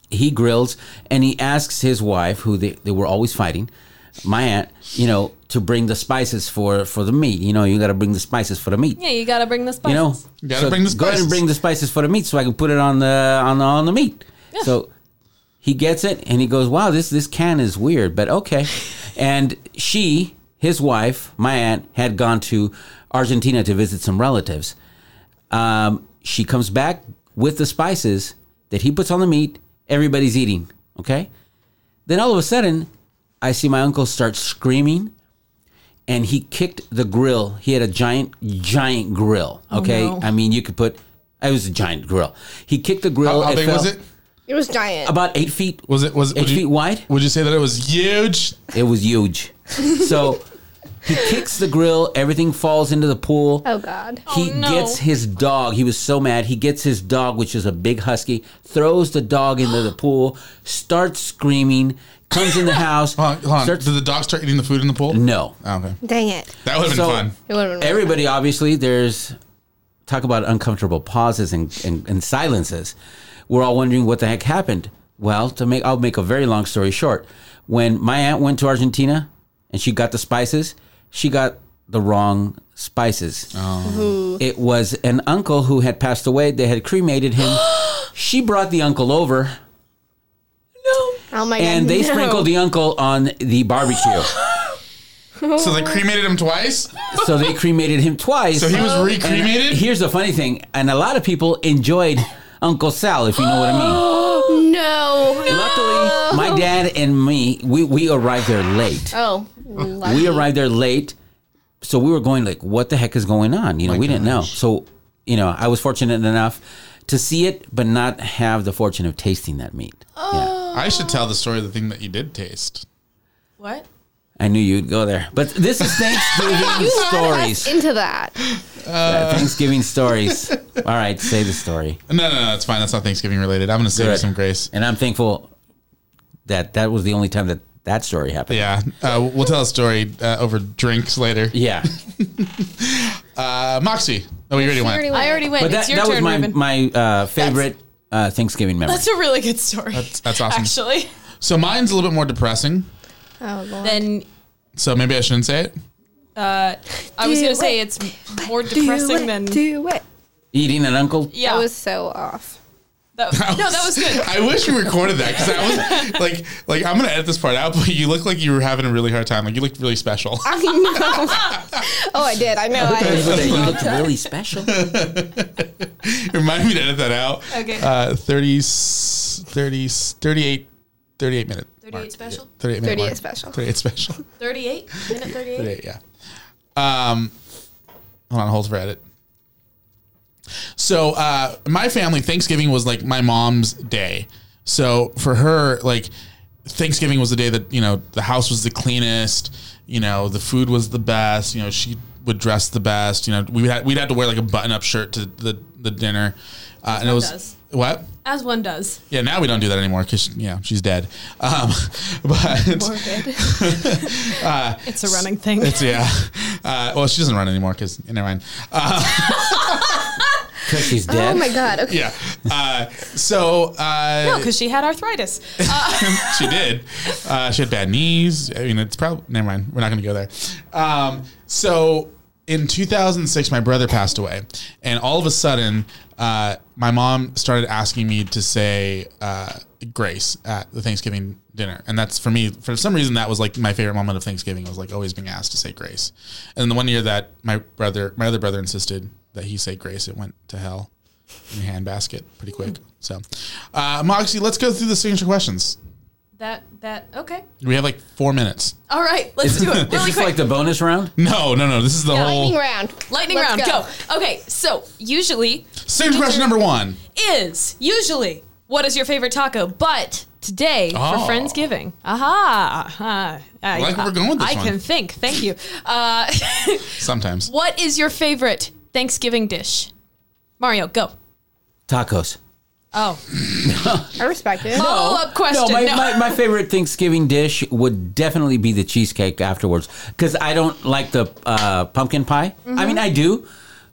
he grills and he asks his wife, who they, they were always fighting, my aunt, you know, to bring the spices for for the meat. You know, you got to bring the spices for the meat.
Yeah, you gotta bring the spices.
You know,
You gotta bring the
Go ahead and
spices.
bring the spices for the meat, so I can put it on the on the, on the meat. So he gets it and he goes, "Wow, this this can is weird, but okay." And she, his wife, my aunt, had gone to Argentina to visit some relatives. Um, she comes back with the spices that he puts on the meat. Everybody's eating. Okay. Then all of a sudden, I see my uncle start screaming and he kicked the grill. He had a giant, giant grill. Okay.
no.
I mean, you could put, it was a giant grill. He kicked the grill.
how, how big
fell
was it?
It was giant.
About eight feet.
Was it was it-
eight
would you-
feet wide?
Would you say that it was huge?
It was huge. so he kicks the grill. Everything falls into the pool.
oh God.
He
Oh, no.
gets his dog. He was so mad. He gets his dog, which is a big husky, throws the dog into the pool, starts screaming, comes in the house.
Hold on, hold on.
starts-
Did the dog start eating the food in the pool?
no.
Oh, okay.
Dang it.
That would have been
So-
fun.
It would have been.
Everybody, obviously, there's talk about uncomfortable pauses and, and, and silences. We're all wondering what the heck happened. Well, to make I'll make a very long story short. When my aunt went to Argentina and she got the spices, she got the wrong spices.
Oh.
It was an uncle who had passed away. They had cremated him. she brought the uncle over
Oh my God.
and they
no.
sprinkled the uncle on the barbecue.
So they cremated him twice.
so they cremated him twice.
So he was
And uh,
recremated.
Here's the funny thing, and a lot of people enjoyed Uncle Sal, if you know what I mean.
No.
Luckily, my dad and me, we, we arrived there late.
Oh.
We arrived there late, so we were going like, "What the heck is going on?" You know, we didn't know. So, you know, I was fortunate enough to see it, but not have the fortune of tasting that meat. Yeah.
I should tell the story of the thing that you did taste.
What?
I knew you'd go there, but this is Thanksgiving stories. Uh,
Into that.
Thanksgiving stories. All right, say the story.
No, no, no. It's fine. That's not Thanksgiving related. I'm gonna save you
Good.
some grace.
And I'm thankful that that was the only time that that story happened.
Yeah, uh, we'll tell a story uh, over drinks later.
Yeah.
Uh, Moxie, oh, you already went.
already
I already went.
But that,
it's your
that
turn,
was my,
Ruben.
my uh, favorite uh, Thanksgiving memory.
That's a really good story.
That's- that's awesome.
Actually,
So mine's a little bit more depressing.
Oh Lord.
then
So maybe I shouldn't say it.
uh, I was
Do
gonna say
it.
it's more depressing than
Do it.
Eating an uncle.
yeah.
That was so off.
that- no, that was good.
I wish we recorded that because I was like, like I'm gonna edit this part out. But you look like you were having a really hard time. Like you looked really special.
I know. oh, I did. I know. I,
But you looked really special.
Remind me to edit that out.
Okay.
Uh, 30, 30, 38, 38 minutes.
38 special?
38 minute
38
mark.
special.
38 special.
38? Minute 38?
38, yeah. Um, hold on, hold for edit. So, uh, my family, Thanksgiving was like my mom's day. So, for her, like, Thanksgiving was the day that, you know, the house was the cleanest, you know, the food was the best, you know, she would dress the best, you know, we had, we'd have to wear like a button up shirt to the, the dinner. Uh, and it
one
was,
does.
what?
As one does.
Yeah, now we don't do that anymore because, yeah, she's dead. Um, but,
It's a running thing.
It's yeah. Uh, well, she doesn't run anymore because never mind. Uh,
Because she's dead.
Oh my god. Okay.
yeah. Uh, so uh,
No, because she had arthritis.
she did. Uh, she had bad knees. I mean, it's probably never mind. We're not going to go there. Um, so in 2006, my brother passed away, and all of a sudden, uh, my mom started asking me to say uh, grace at the Thanksgiving dinner, and that's for me. For some reason, that was like my favorite moment of Thanksgiving. was like always being asked to say grace, and then the one year that my brother, my other brother, insisted that he say grace, it went to hell. In a handbasket, pretty quick. So, uh, Moxie, let's go through the signature questions.
That, that, okay.
We have like four minutes.
All right, let's do it
Is
really
this
quick.
like the bonus round?
No, no, no. This is the
Lightning
whole.
round.
Lightning
Let's
round, go. Okay, so usually
Signature question number one.
is usually what is your favorite taco? But today
Oh.
for Friendsgiving, aha, aha I
like where we're going with this
I
one.
can think. Thank you. Uh,
Sometimes.
what is your favorite Thanksgiving dish? Mario, go.
Tacos.
Oh,
I respect it.
follow up question.
No, my,
No.
My, my favorite Thanksgiving dish would definitely be the cheesecake afterwards because I don't like the uh, pumpkin pie. I mean, I do,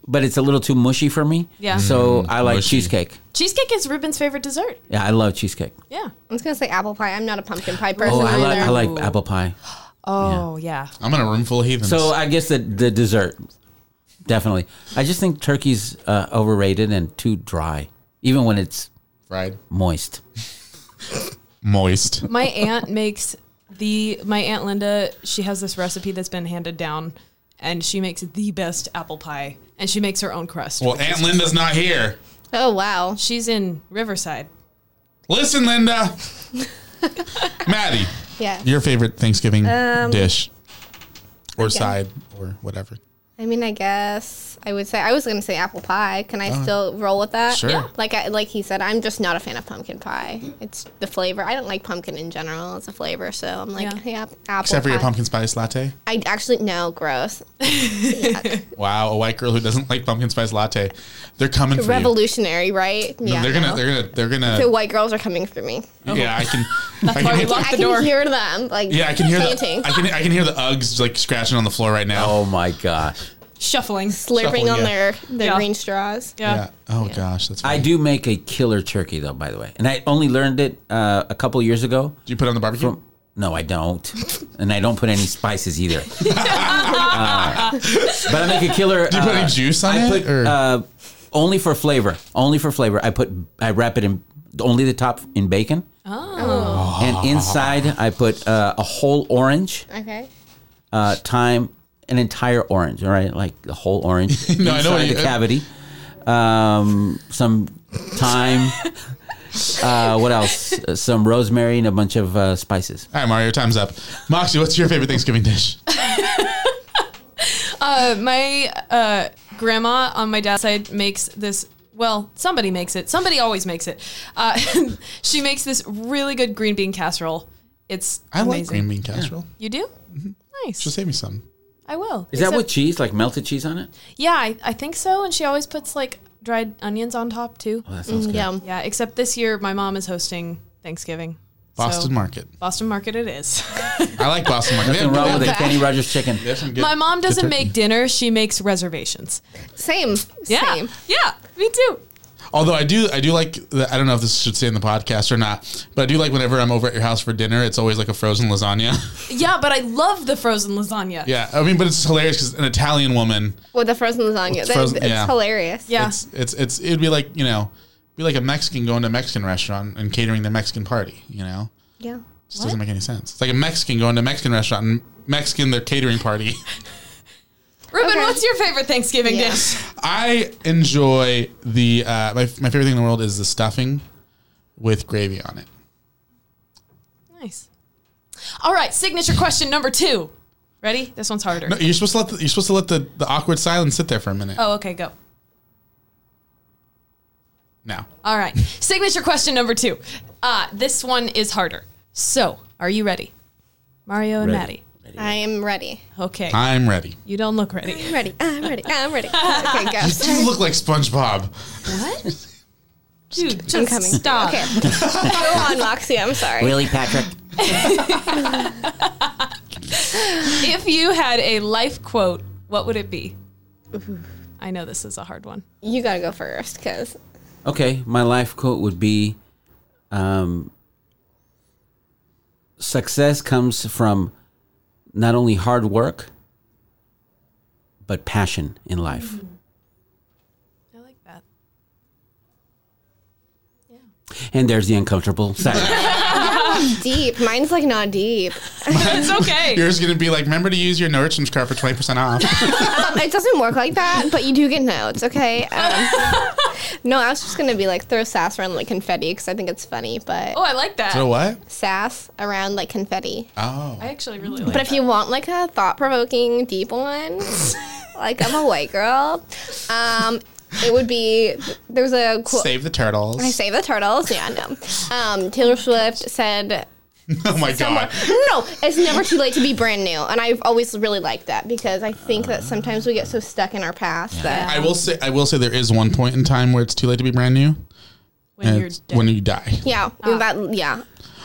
but it's a little too mushy for me.
Yeah.
So I like
mushy.
cheesecake.
Cheesecake is Ruben's favorite dessert.
Yeah, I love cheesecake.
Yeah.
I was gonna say apple pie. I'm not a pumpkin pie person
Oh, I like
either.
I like apple pie.
Oh yeah.
I'm in a room full of heathens.
So uh, I guess the the dessert, definitely. I just think turkey's uh, overrated and too dry, even when it's
fried,
moist.
moist.
My aunt makes the my aunt Linda. She has this recipe that's been handed down, and she makes the best apple pie. And she makes her own crust.
Well, Aunt Linda's not here.
Oh wow.
She's in Riverside.
Listen, Linda. Maddie,
Yeah.
your favorite Thanksgiving dish or side or whatever.
I mean, I guess I would say I was gonna say apple pie. Can I still roll with that?
Sure. Yeah.
Like I, like he said, I'm just not a fan of pumpkin pie. It's the flavor. I don't like pumpkin in general as a flavor, so I'm like,
Yeah.
yeah, apple.
Except for
pie.
your pumpkin spice latte.
I actually no, gross.
Wow, a white girl who doesn't like pumpkin spice latte. They're coming for you.
Revolutionary, right?
No, they're gonna,
no.
they're gonna, they're
the
gonna.
white girls are coming for me.
Yeah, I can. I
why
can
we
hear-
lock
I
the
can
door.
hear them. Like
yeah, I can hear the.
chanting,
I can, I can hear the Uggs like scratching on the floor right now.
Oh my gosh!
Shuffling.
slurping
shuffle,
on
yeah.
their their
Yeah.
green straws.
Yeah.
Yeah. Oh gosh, that's.
I
funny.
do make a killer turkey though, by the way, and I only learned it uh, a couple years ago.
Do you put it on the barbecue?
No, I don't, and I don't put any spices either. Uh, but I make a killer.
Do you put
uh,
any juice on
I
it?
put,
or?
uh, only for flavor. Only for flavor. I put I wrap it in only the top in bacon. Oh. And inside I put uh, a whole orange,
Okay.
uh, thyme, an entire orange. All right, like the whole orange
No, I know what
inside
you-
the cavity. Um, some thyme. uh, what else? Uh, Some rosemary and a bunch of uh, spices.
All right, Mario, time's up. Moxie, what's your favorite Thanksgiving dish?
Uh, my uh, grandma on my dad's side makes this. Well, somebody makes it. Somebody always makes it. Uh, she makes this really good green bean casserole. It's
I
amazing.
like green Mm-hmm. bean casserole.
You do? Nice.
Just save me some.
I will.
Is that
Except-
with cheese, like melted cheese on it?
Yeah, I, I think so. And she always puts like dried onions on top too.
That sounds good.
Yeah.
Yeah, except this year my mom is hosting Thanksgiving.
Boston
So-
Market.
Boston Market it is.
I like Boston Market. They have-
Nothing wrong with a
Okay.
Kenny Rogers chicken.
they have some good-
my mom
good
doesn't
turkey.
make dinner, she makes reservations.
Same.
Yeah.
Same.
Yeah, me too.
Although I do, I do like. The, I don't know if this should stay in the podcast or not, but I do like whenever I'm over at your house for dinner, it's always like a frozen lasagna.
Yeah, but I love the frozen lasagna.
yeah, I mean, but it's hilarious because an Italian woman,
With the frozen lasagna.
With
That-
frozen-
it's
yeah.
hilarious.
Yeah.
it's it's it's it'd be like you know, be like a Mexican going to a Mexican restaurant and catering the Mexican party. You know,
Yeah.
just doesn't make any sense. It's like a Mexican going to a Mexican restaurant and Mexican their catering party.
Ruben,
Okay.
what's your favorite Thanksgiving
Yeah.
dish?
I enjoy the uh, my, my favorite thing in the world is the stuffing with gravy on it.
Nice. All right, signature question number two. Ready? This one's harder.
No, you're supposed to let the, you're supposed to let the, the awkward silence sit there for a minute.
Oh, okay, go.
Now,
All right. Signature question number two. Uh, this one is harder. So, are you ready? Mario and
Ready.
I am ready.
Maddie. Okay.
I'm ready.
you don't look ready.
I'm ready. I'm ready. I'm ready. Okay, go.
You do look like SpongeBob.
What? Dude,
I'm
just
coming.
stop.
Okay. go on, Moxie. I'm sorry.
Really, Patrick?
If you had a life quote, what would it be? I know this is a hard one.
You gotta go first, cause
Okay, my life quote would be um, success comes from not only hard work, but passion in life.
I like that.
And there's the uncomfortable side.
deep. Mine's like not deep.
It's okay.
Yours is gonna be like, remember to use your nourishment card for twenty percent off.
Um, it doesn't work like that, but you do get notes. Okay. Um, no, I was just gonna be like throw sass around like confetti because I think it's funny, but
oh, I like that.
so what?
sass around like confetti.
Oh,
I actually really like
But if you want like a thought provoking, deep one, like I'm a white girl, um, it would be there's a quote.
save the turtles.
I save the turtles. Yeah, no. Um, Taylor Swift said,
oh my god.
"No, it's never too late to be brand new," and I've always really liked that because I think that sometimes we get so stuck in our past that
I will say I will say there is one point in time where it's too late to be brand new.
when
and
you're
it's
dead.
when you die.
yeah,
Ah.
that yeah.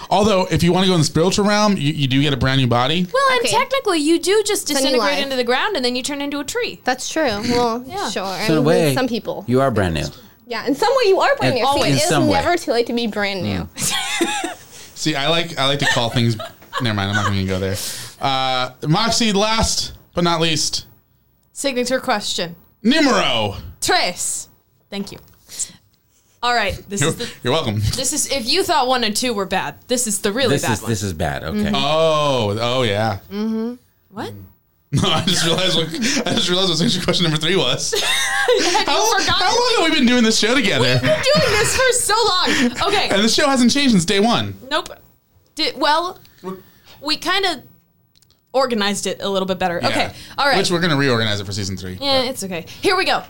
Although, if you want to go in the spiritual realm, you, you do get a brand new body.
well, and
Okay.
technically, you do just
a new
disintegrate
life.
into the ground and then you turn into a tree.
That's true. Well,
Yeah.
sure. I
So in a
mean,
way,
some people.
You are brand new.
yeah, in some way you are brand
In-
new. See,
in
it is
some way. Mm.
never too late to be brand new.
See, I like I like to call things. Never mind, I'm not going to go there. Uh, Moxie, last but not least,
Signature question.
numero.
Trace. Thank you. All right. This
You're,
is the,
you're welcome.
this is if you thought one and two were bad, this is the really
This
bad
is
one.
this is bad. Okay.
Oh, oh yeah.
what?
No, I just realized. What, I just realized what section question number three was. How,
forgotten?
how long have we been doing this show together?
Doing this for so long.
And
Okay.
the show hasn't changed since day one.
Nope. Did well. We kind of organized it a little bit better. Okay.
Yeah.
All right.
Which we're going to reorganize it for season three.
yeah, it's okay. Here we go.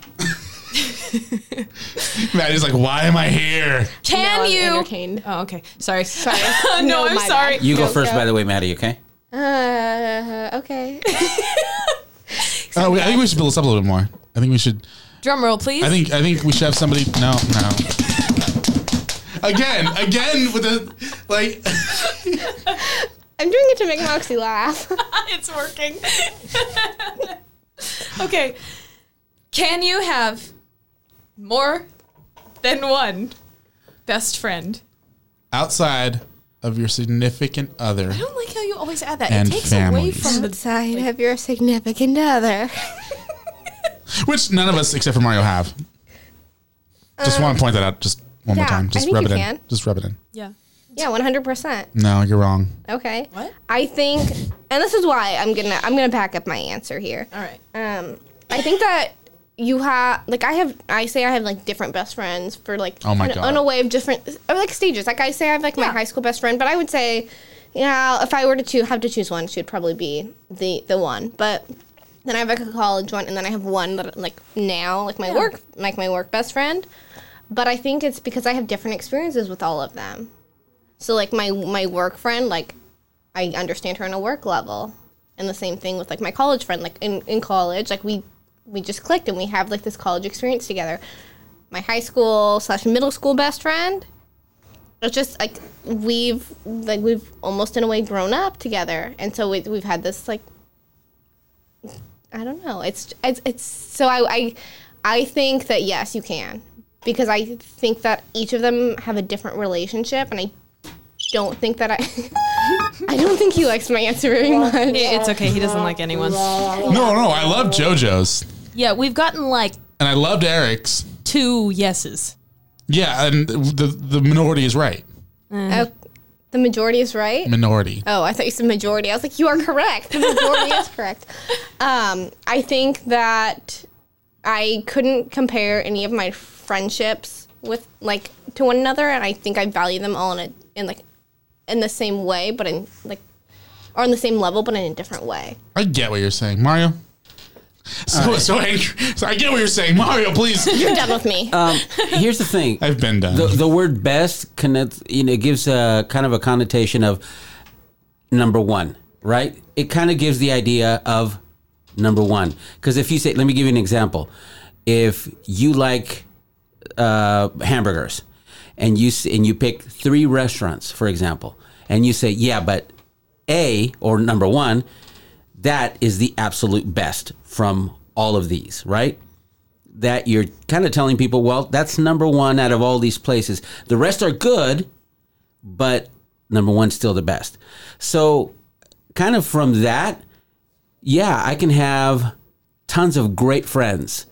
Maddie's like, why am I here?
Can
Now I'm
you?
entertained.
Oh, okay. Sorry.
Sorry.
no, I'm
my
sorry.
You go
Let's
first,
go.
by the way, Maddie. Okay.
bad. Uh, okay.
Oh, we- I think we should build this up a little bit more. I think we should.
Drum roll, please.
I think I think we should have somebody. No, no. Again, again with the like.
I'm doing it to make Moxie laugh.
it's working. okay. Can you have more than one best friend?
outside of your significant other.
I don't like how you always add that.
And
it takes away
families.
from the.
Outside of your significant other.
Which none of us except for Mario have. Just want to point that out just one
Um, yeah,
more time.
I
Just
think
rub
you
it in.
can.
Just rub it in.
Yeah.
Yeah, 100%.
No, you're wrong.
Okay.
What?
I think, and this is why I'm gonna I'm gonna back up my answer here.
All right.
Um, I think that you have like I have I say I have like different best friends for like
Oh my
on,
God.
on a way of different or like stages. Like I say I have like my high school best friend, but I would say, yeah, if I were to choose, have to choose one, she would probably be the the one. But then I have like a college one, and then I have one that like now like my work like my work best friend. But I think it's because I have different experiences with all of them. So like my my work friend like I understand her on a work level. And the same thing with like my college friend. Like in, in college, like we we just clicked and we have like this college experience together. My high school slash middle school best friend. It's just like we've like we've almost in a way grown up together, and so we, we've had this like I don't know. It's it's, it's so I, I I think that yes, you can because I think that each of them have a different relationship, and I don't think that I I don't think he likes my answer very much.
It's okay. He doesn't like anyone.
No, no, I love JoJo's.
Yeah, we've gotten like
And I loved Eric's.
two yeses.
Yeah, and the the minority is right.
Oh, the majority is right.
Minority.
Oh, I thought you said majority. I was like, you are correct. The majority is correct. Um, I think that I couldn't compare any of my friendships with like to one another, and I think I value them all in a in like in the same way, but in like are on the same level, but in a different way.
I get what you're saying, Mario. So so angry. So I get what you're saying, Mario. Please.
You're done with me.
Uh, Here's the thing.
I've been done.
the, the word best connects you know it gives a kind of a connotation of number one right it kind of gives the idea of number one because if you say let me give you an example if you like uh, hamburgers and you s- and you pick three restaurants for example and you say yeah but a or number one that is the absolute best from all of these right that you're kind of telling people, well, that's number one out of all these places. The rest are good, but number one's still the best. So, kind of from that, yeah, I can have tons of great friends.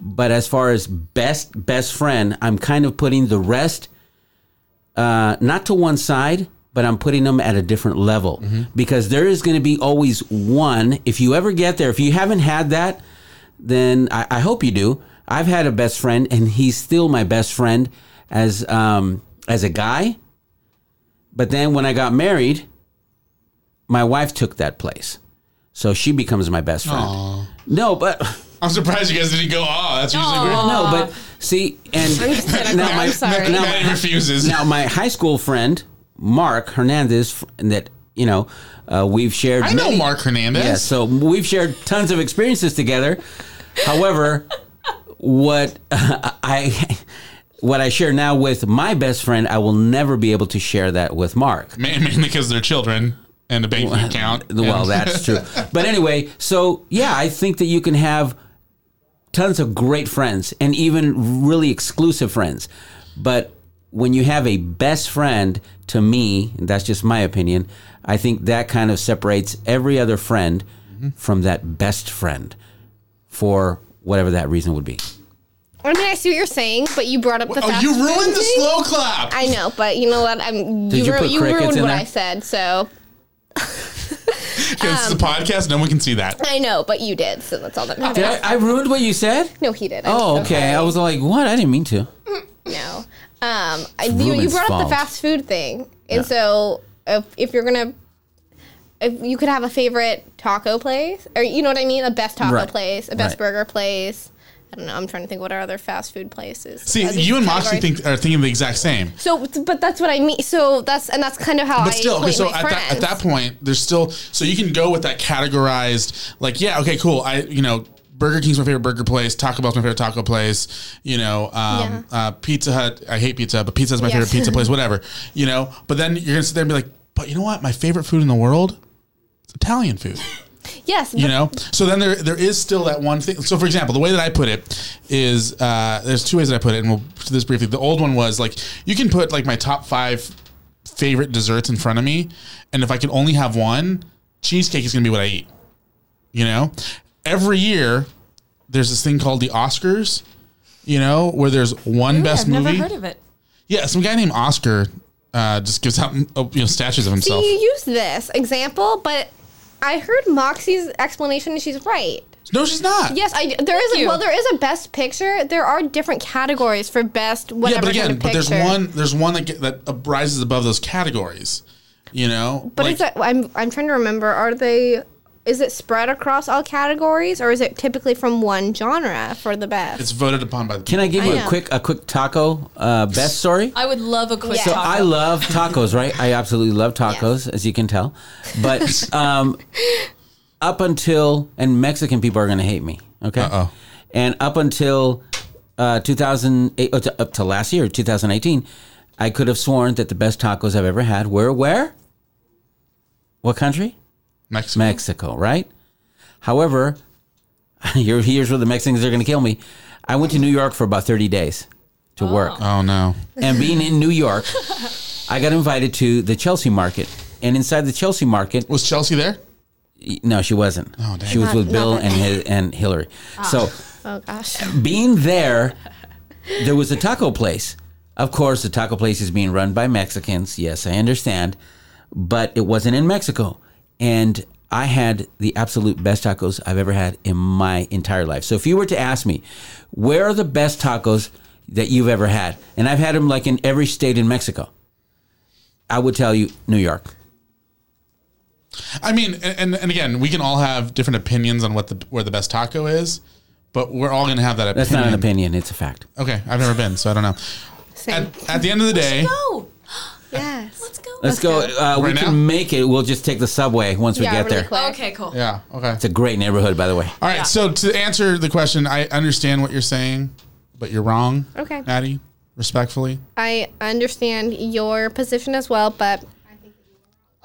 But as far as best best friend, I'm kind of putting the rest uh, not to one side, but I'm putting them at a different level because there is going to be always one. If you ever get there, if you haven't had that, then I, I hope you do. I've had a best friend, and he's still my best friend as um, as a guy. But then when I got married, my wife took that place, so she becomes my best friend. No, but
I'm surprised you guys didn't go. Oh, that's usually weird.
Aw.
no, but see, and now
Oh, I'm sorry.
now
Maddie refuses.
now my high school friend Mark Hernandez, f- that you know, uh, we've shared.
I know
many-
Mark Hernandez.
Yeah, so we've shared tons of experiences together. However, what I what I share now with my best friend, I will never be able to share that with Mark.
Ma- Mainly because they're children and a banking account.
Well,
and- Oh,
that's true. But anyway, so yeah, I think that you can have tons of great friends and even really exclusive friends. But when you have a best friend, to me, and that's just my opinion, I think that kind of separates every other friend
Mm-hmm.
from that best friend for whatever that reason would be.
I mean, I see what you're saying, but you brought up the
Oh,
fast
you
food
ruined the
thing.
slow clap.
I know, but you know what? I'm,
Did you
you, ru-
put
you
crickets
ruined
in
what
there?
I said, so um,
Because it's a podcast, no one can see that.
I know, but you did, so that's all that matters.
Did I, I ruined what you said?
No, he did. I'm
Oh,
so
okay.
sorry.
I was like, what? I didn't mean to.
No. Um, I, you, you
Ruben's
brought up
fault.
the fast food thing, and so if, if you're gonna, if you could have a favorite taco place, or you know what I mean, a best taco
Right.
place, a best
Right.
burger place. I don't know. I'm trying to think what our other fast food places.
See,
are these
you and Moxie
categories.
think are thinking the exact same.
so, but that's what I mean. So that's and that's kind of how I
But still, okay,
equate
so
my
at that, at
friends.
that point, there's still so you can go with that categorized, like, yeah, okay, cool. I you know, Burger King's my favorite burger place, Taco Bell's my favorite taco place, you know, um, uh, Pizza Hut. I hate pizza, but Pizza's my
Yeah.
favorite pizza place, whatever. You know, but then you're gonna sit there and be like, but you know what? My favorite food in the world, it's Italian food.
yes,
you
but-
know so then there there is still that one thing so for example the way that i put it is uh there's two ways that i put it and we'll do this briefly the old one was like you can put like my top five favorite desserts in front of me and if i can only have one cheesecake is gonna be what i eat you know every year there's this thing called the oscars you know where there's one best
I've
movie
never heard of it.
yeah some guy named oscar uh, just gives out oh, you know statues of himself
See, you use this example, but I heard Moxie's explanation, and she's right.
no she's not
Yes, I there is
you.
a, well there is a best picture. There are different categories for best whatever
yeah, but again,
kind of
but
picture.
there's one there's one that get, that uh, rises above those categories, you know.
But
Like,
is that I'm I'm trying to remember. Are they? Is it spread across all categories, or is it typically from one genre for the best?
it's voted upon by the
Can I give
I
you a
know.
quick a quick taco uh, best story?
I would love a quick
Yeah.
So
taco.
I love tacos, right? I absolutely love tacos, as you can tell. But um, up until and Mexican people are going to hate me, okay?
Uh-oh.
And up until uh, 2008, uh, to- up to last year, 2018, I could have sworn that the best tacos I've ever had were where? What country?
Mexico.
Mexico, right? However, here- here's where the Mexicans are going to kill me. I went to New York for about 30 days to work
Oh no,
and being in New York, I got invited to the Chelsea market. And inside the Chelsea market,
was Chelsea there?
no, she wasn't.
dang.
she was with
Not-
Bill
not
and his, and Hillary. So
oh gosh,
being there, there was a taco place. Of course, the taco place is being run by Mexicans. Yes, I understand, but it wasn't in Mexico, and I had the absolute best tacos I've ever had in my entire life. So, if you were to ask me, where are the best tacos that you've ever had, and I've had them like in every state in Mexico, I would tell you New York.
I mean, and, and, and again, we can all have different opinions on what the where the best taco is, but we're all gonna have that opinion.
That's not an opinion. It's a fact.
Okay, I've never been, so I don't know.
Same.
At, at the end of the day,
Go.
yes.
Let's go.
Let's go. Uh, we
Right
can
now?
make it. We'll just take the subway once we
Yeah,
get
really
there.
quick.
Okay, cool.
yeah, okay.
It's a great neighborhood, by the way.
All right.
Yeah.
So to answer the question, I understand what you're saying, but you're wrong.
Okay.
Natty, respectfully.
I understand your position as well, but.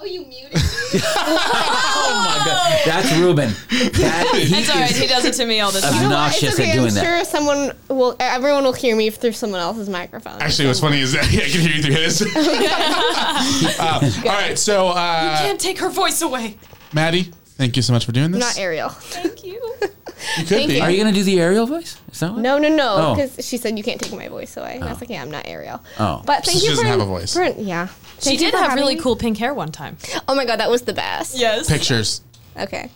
Oh, you muted me?
Oh That's Ruben. That is
It's all right. He does it to me all the time.
obnoxious
it's okay.
at doing
I'm
that.
sure someone will. Everyone will hear me through someone else's microphone.
Actually, what's funny is that I can hear you through his. Uh, all right. So, uh,
Can't take her voice away.
Maddie, thank you so much for doing this.
Not Ariel.
Thank you.
You could be.
Are you gonna do the aerial voice? Is that what?
No, no, no.
Oh.
Because she said you can't take my voice away. And I was like, yeah, I'm not Ariel.
Oh.
But thank
She
you
doesn't
for
have a voice.
for- yeah.
she
Thank you
did
for
have
having
really
me.
cool pink hair one time.
Oh my god, that was the best.
Yes.
Pictures.
Okay.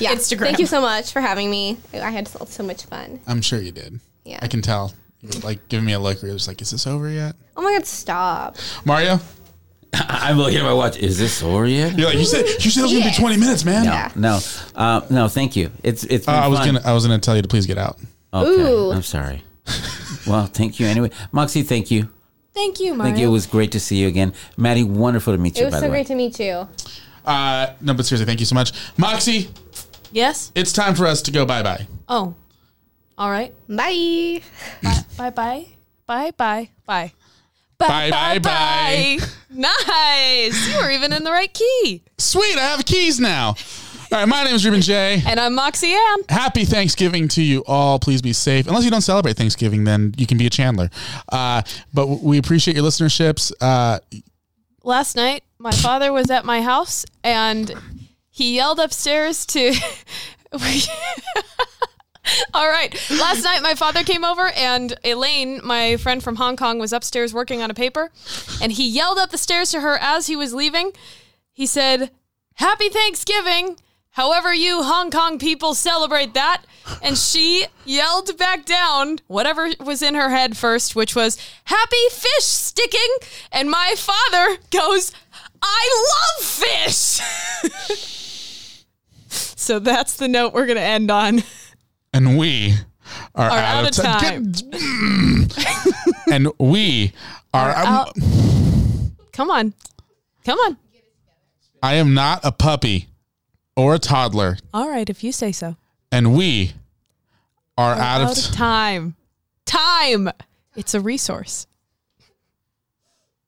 Yeah.
Instagram.
Thank you so much for having me. I had so, so much fun.
I'm sure you did.
Yeah.
I can tell. You were, Like giving me a look where it was like, is this over yet?
Oh my god, stop.
Mario,
I- I'm looking at my watch. Is this over yet?
you're like you said. You said it was gonna be
Yes.
20 minutes, man.
Yeah.
No, uh, no. Thank you. It's it's.
Uh,
Been
I was
fun.
gonna. I was gonna tell you to please get out.
Okay,
Ooh.
I'm sorry. well, thank you anyway, Moxie. Thank you.
Thank you, Mario.
Thank you. It was great to see you again, Maddie. Wonderful to meet you.
It was
by
so
the way.
great to meet you.
Uh, no, but seriously, thank you so much, Moxie.
Yes.
It's time for us to go bye bye.
Oh. All right.
Bye.
Bye bye. Bye bye. Bye.
Bye, bye, bye.
Nice. You were even in the right key.
Sweet, I have keys now. All right, my name is Ruben J.
And I'm Moxie Ann.
Happy Thanksgiving to you all. Please be safe. Unless you don't celebrate Thanksgiving, then you can be a Chandler. Uh, but we appreciate your listenerships. Uh,
Last night, my father was at my house and he yelled upstairs to. All right. Last night, my father came over, and Elaine, my friend from Hong Kong, was upstairs working on a paper. And he yelled up the stairs to her as he was leaving. He said, Happy Thanksgiving, however, you Hong Kong people celebrate that. And she yelled back down whatever was in her head first, which was, Happy fish sticking. And my father goes, I love fish. so that's the note we're going to end on.
and we are, out, of time. Get- and we are. I'm,
out. Come on. Come on.
I am not a puppy or a toddler,
All right, if you say so.
and we are
Out
out, of.
of
T-
time. Time. It's a resource.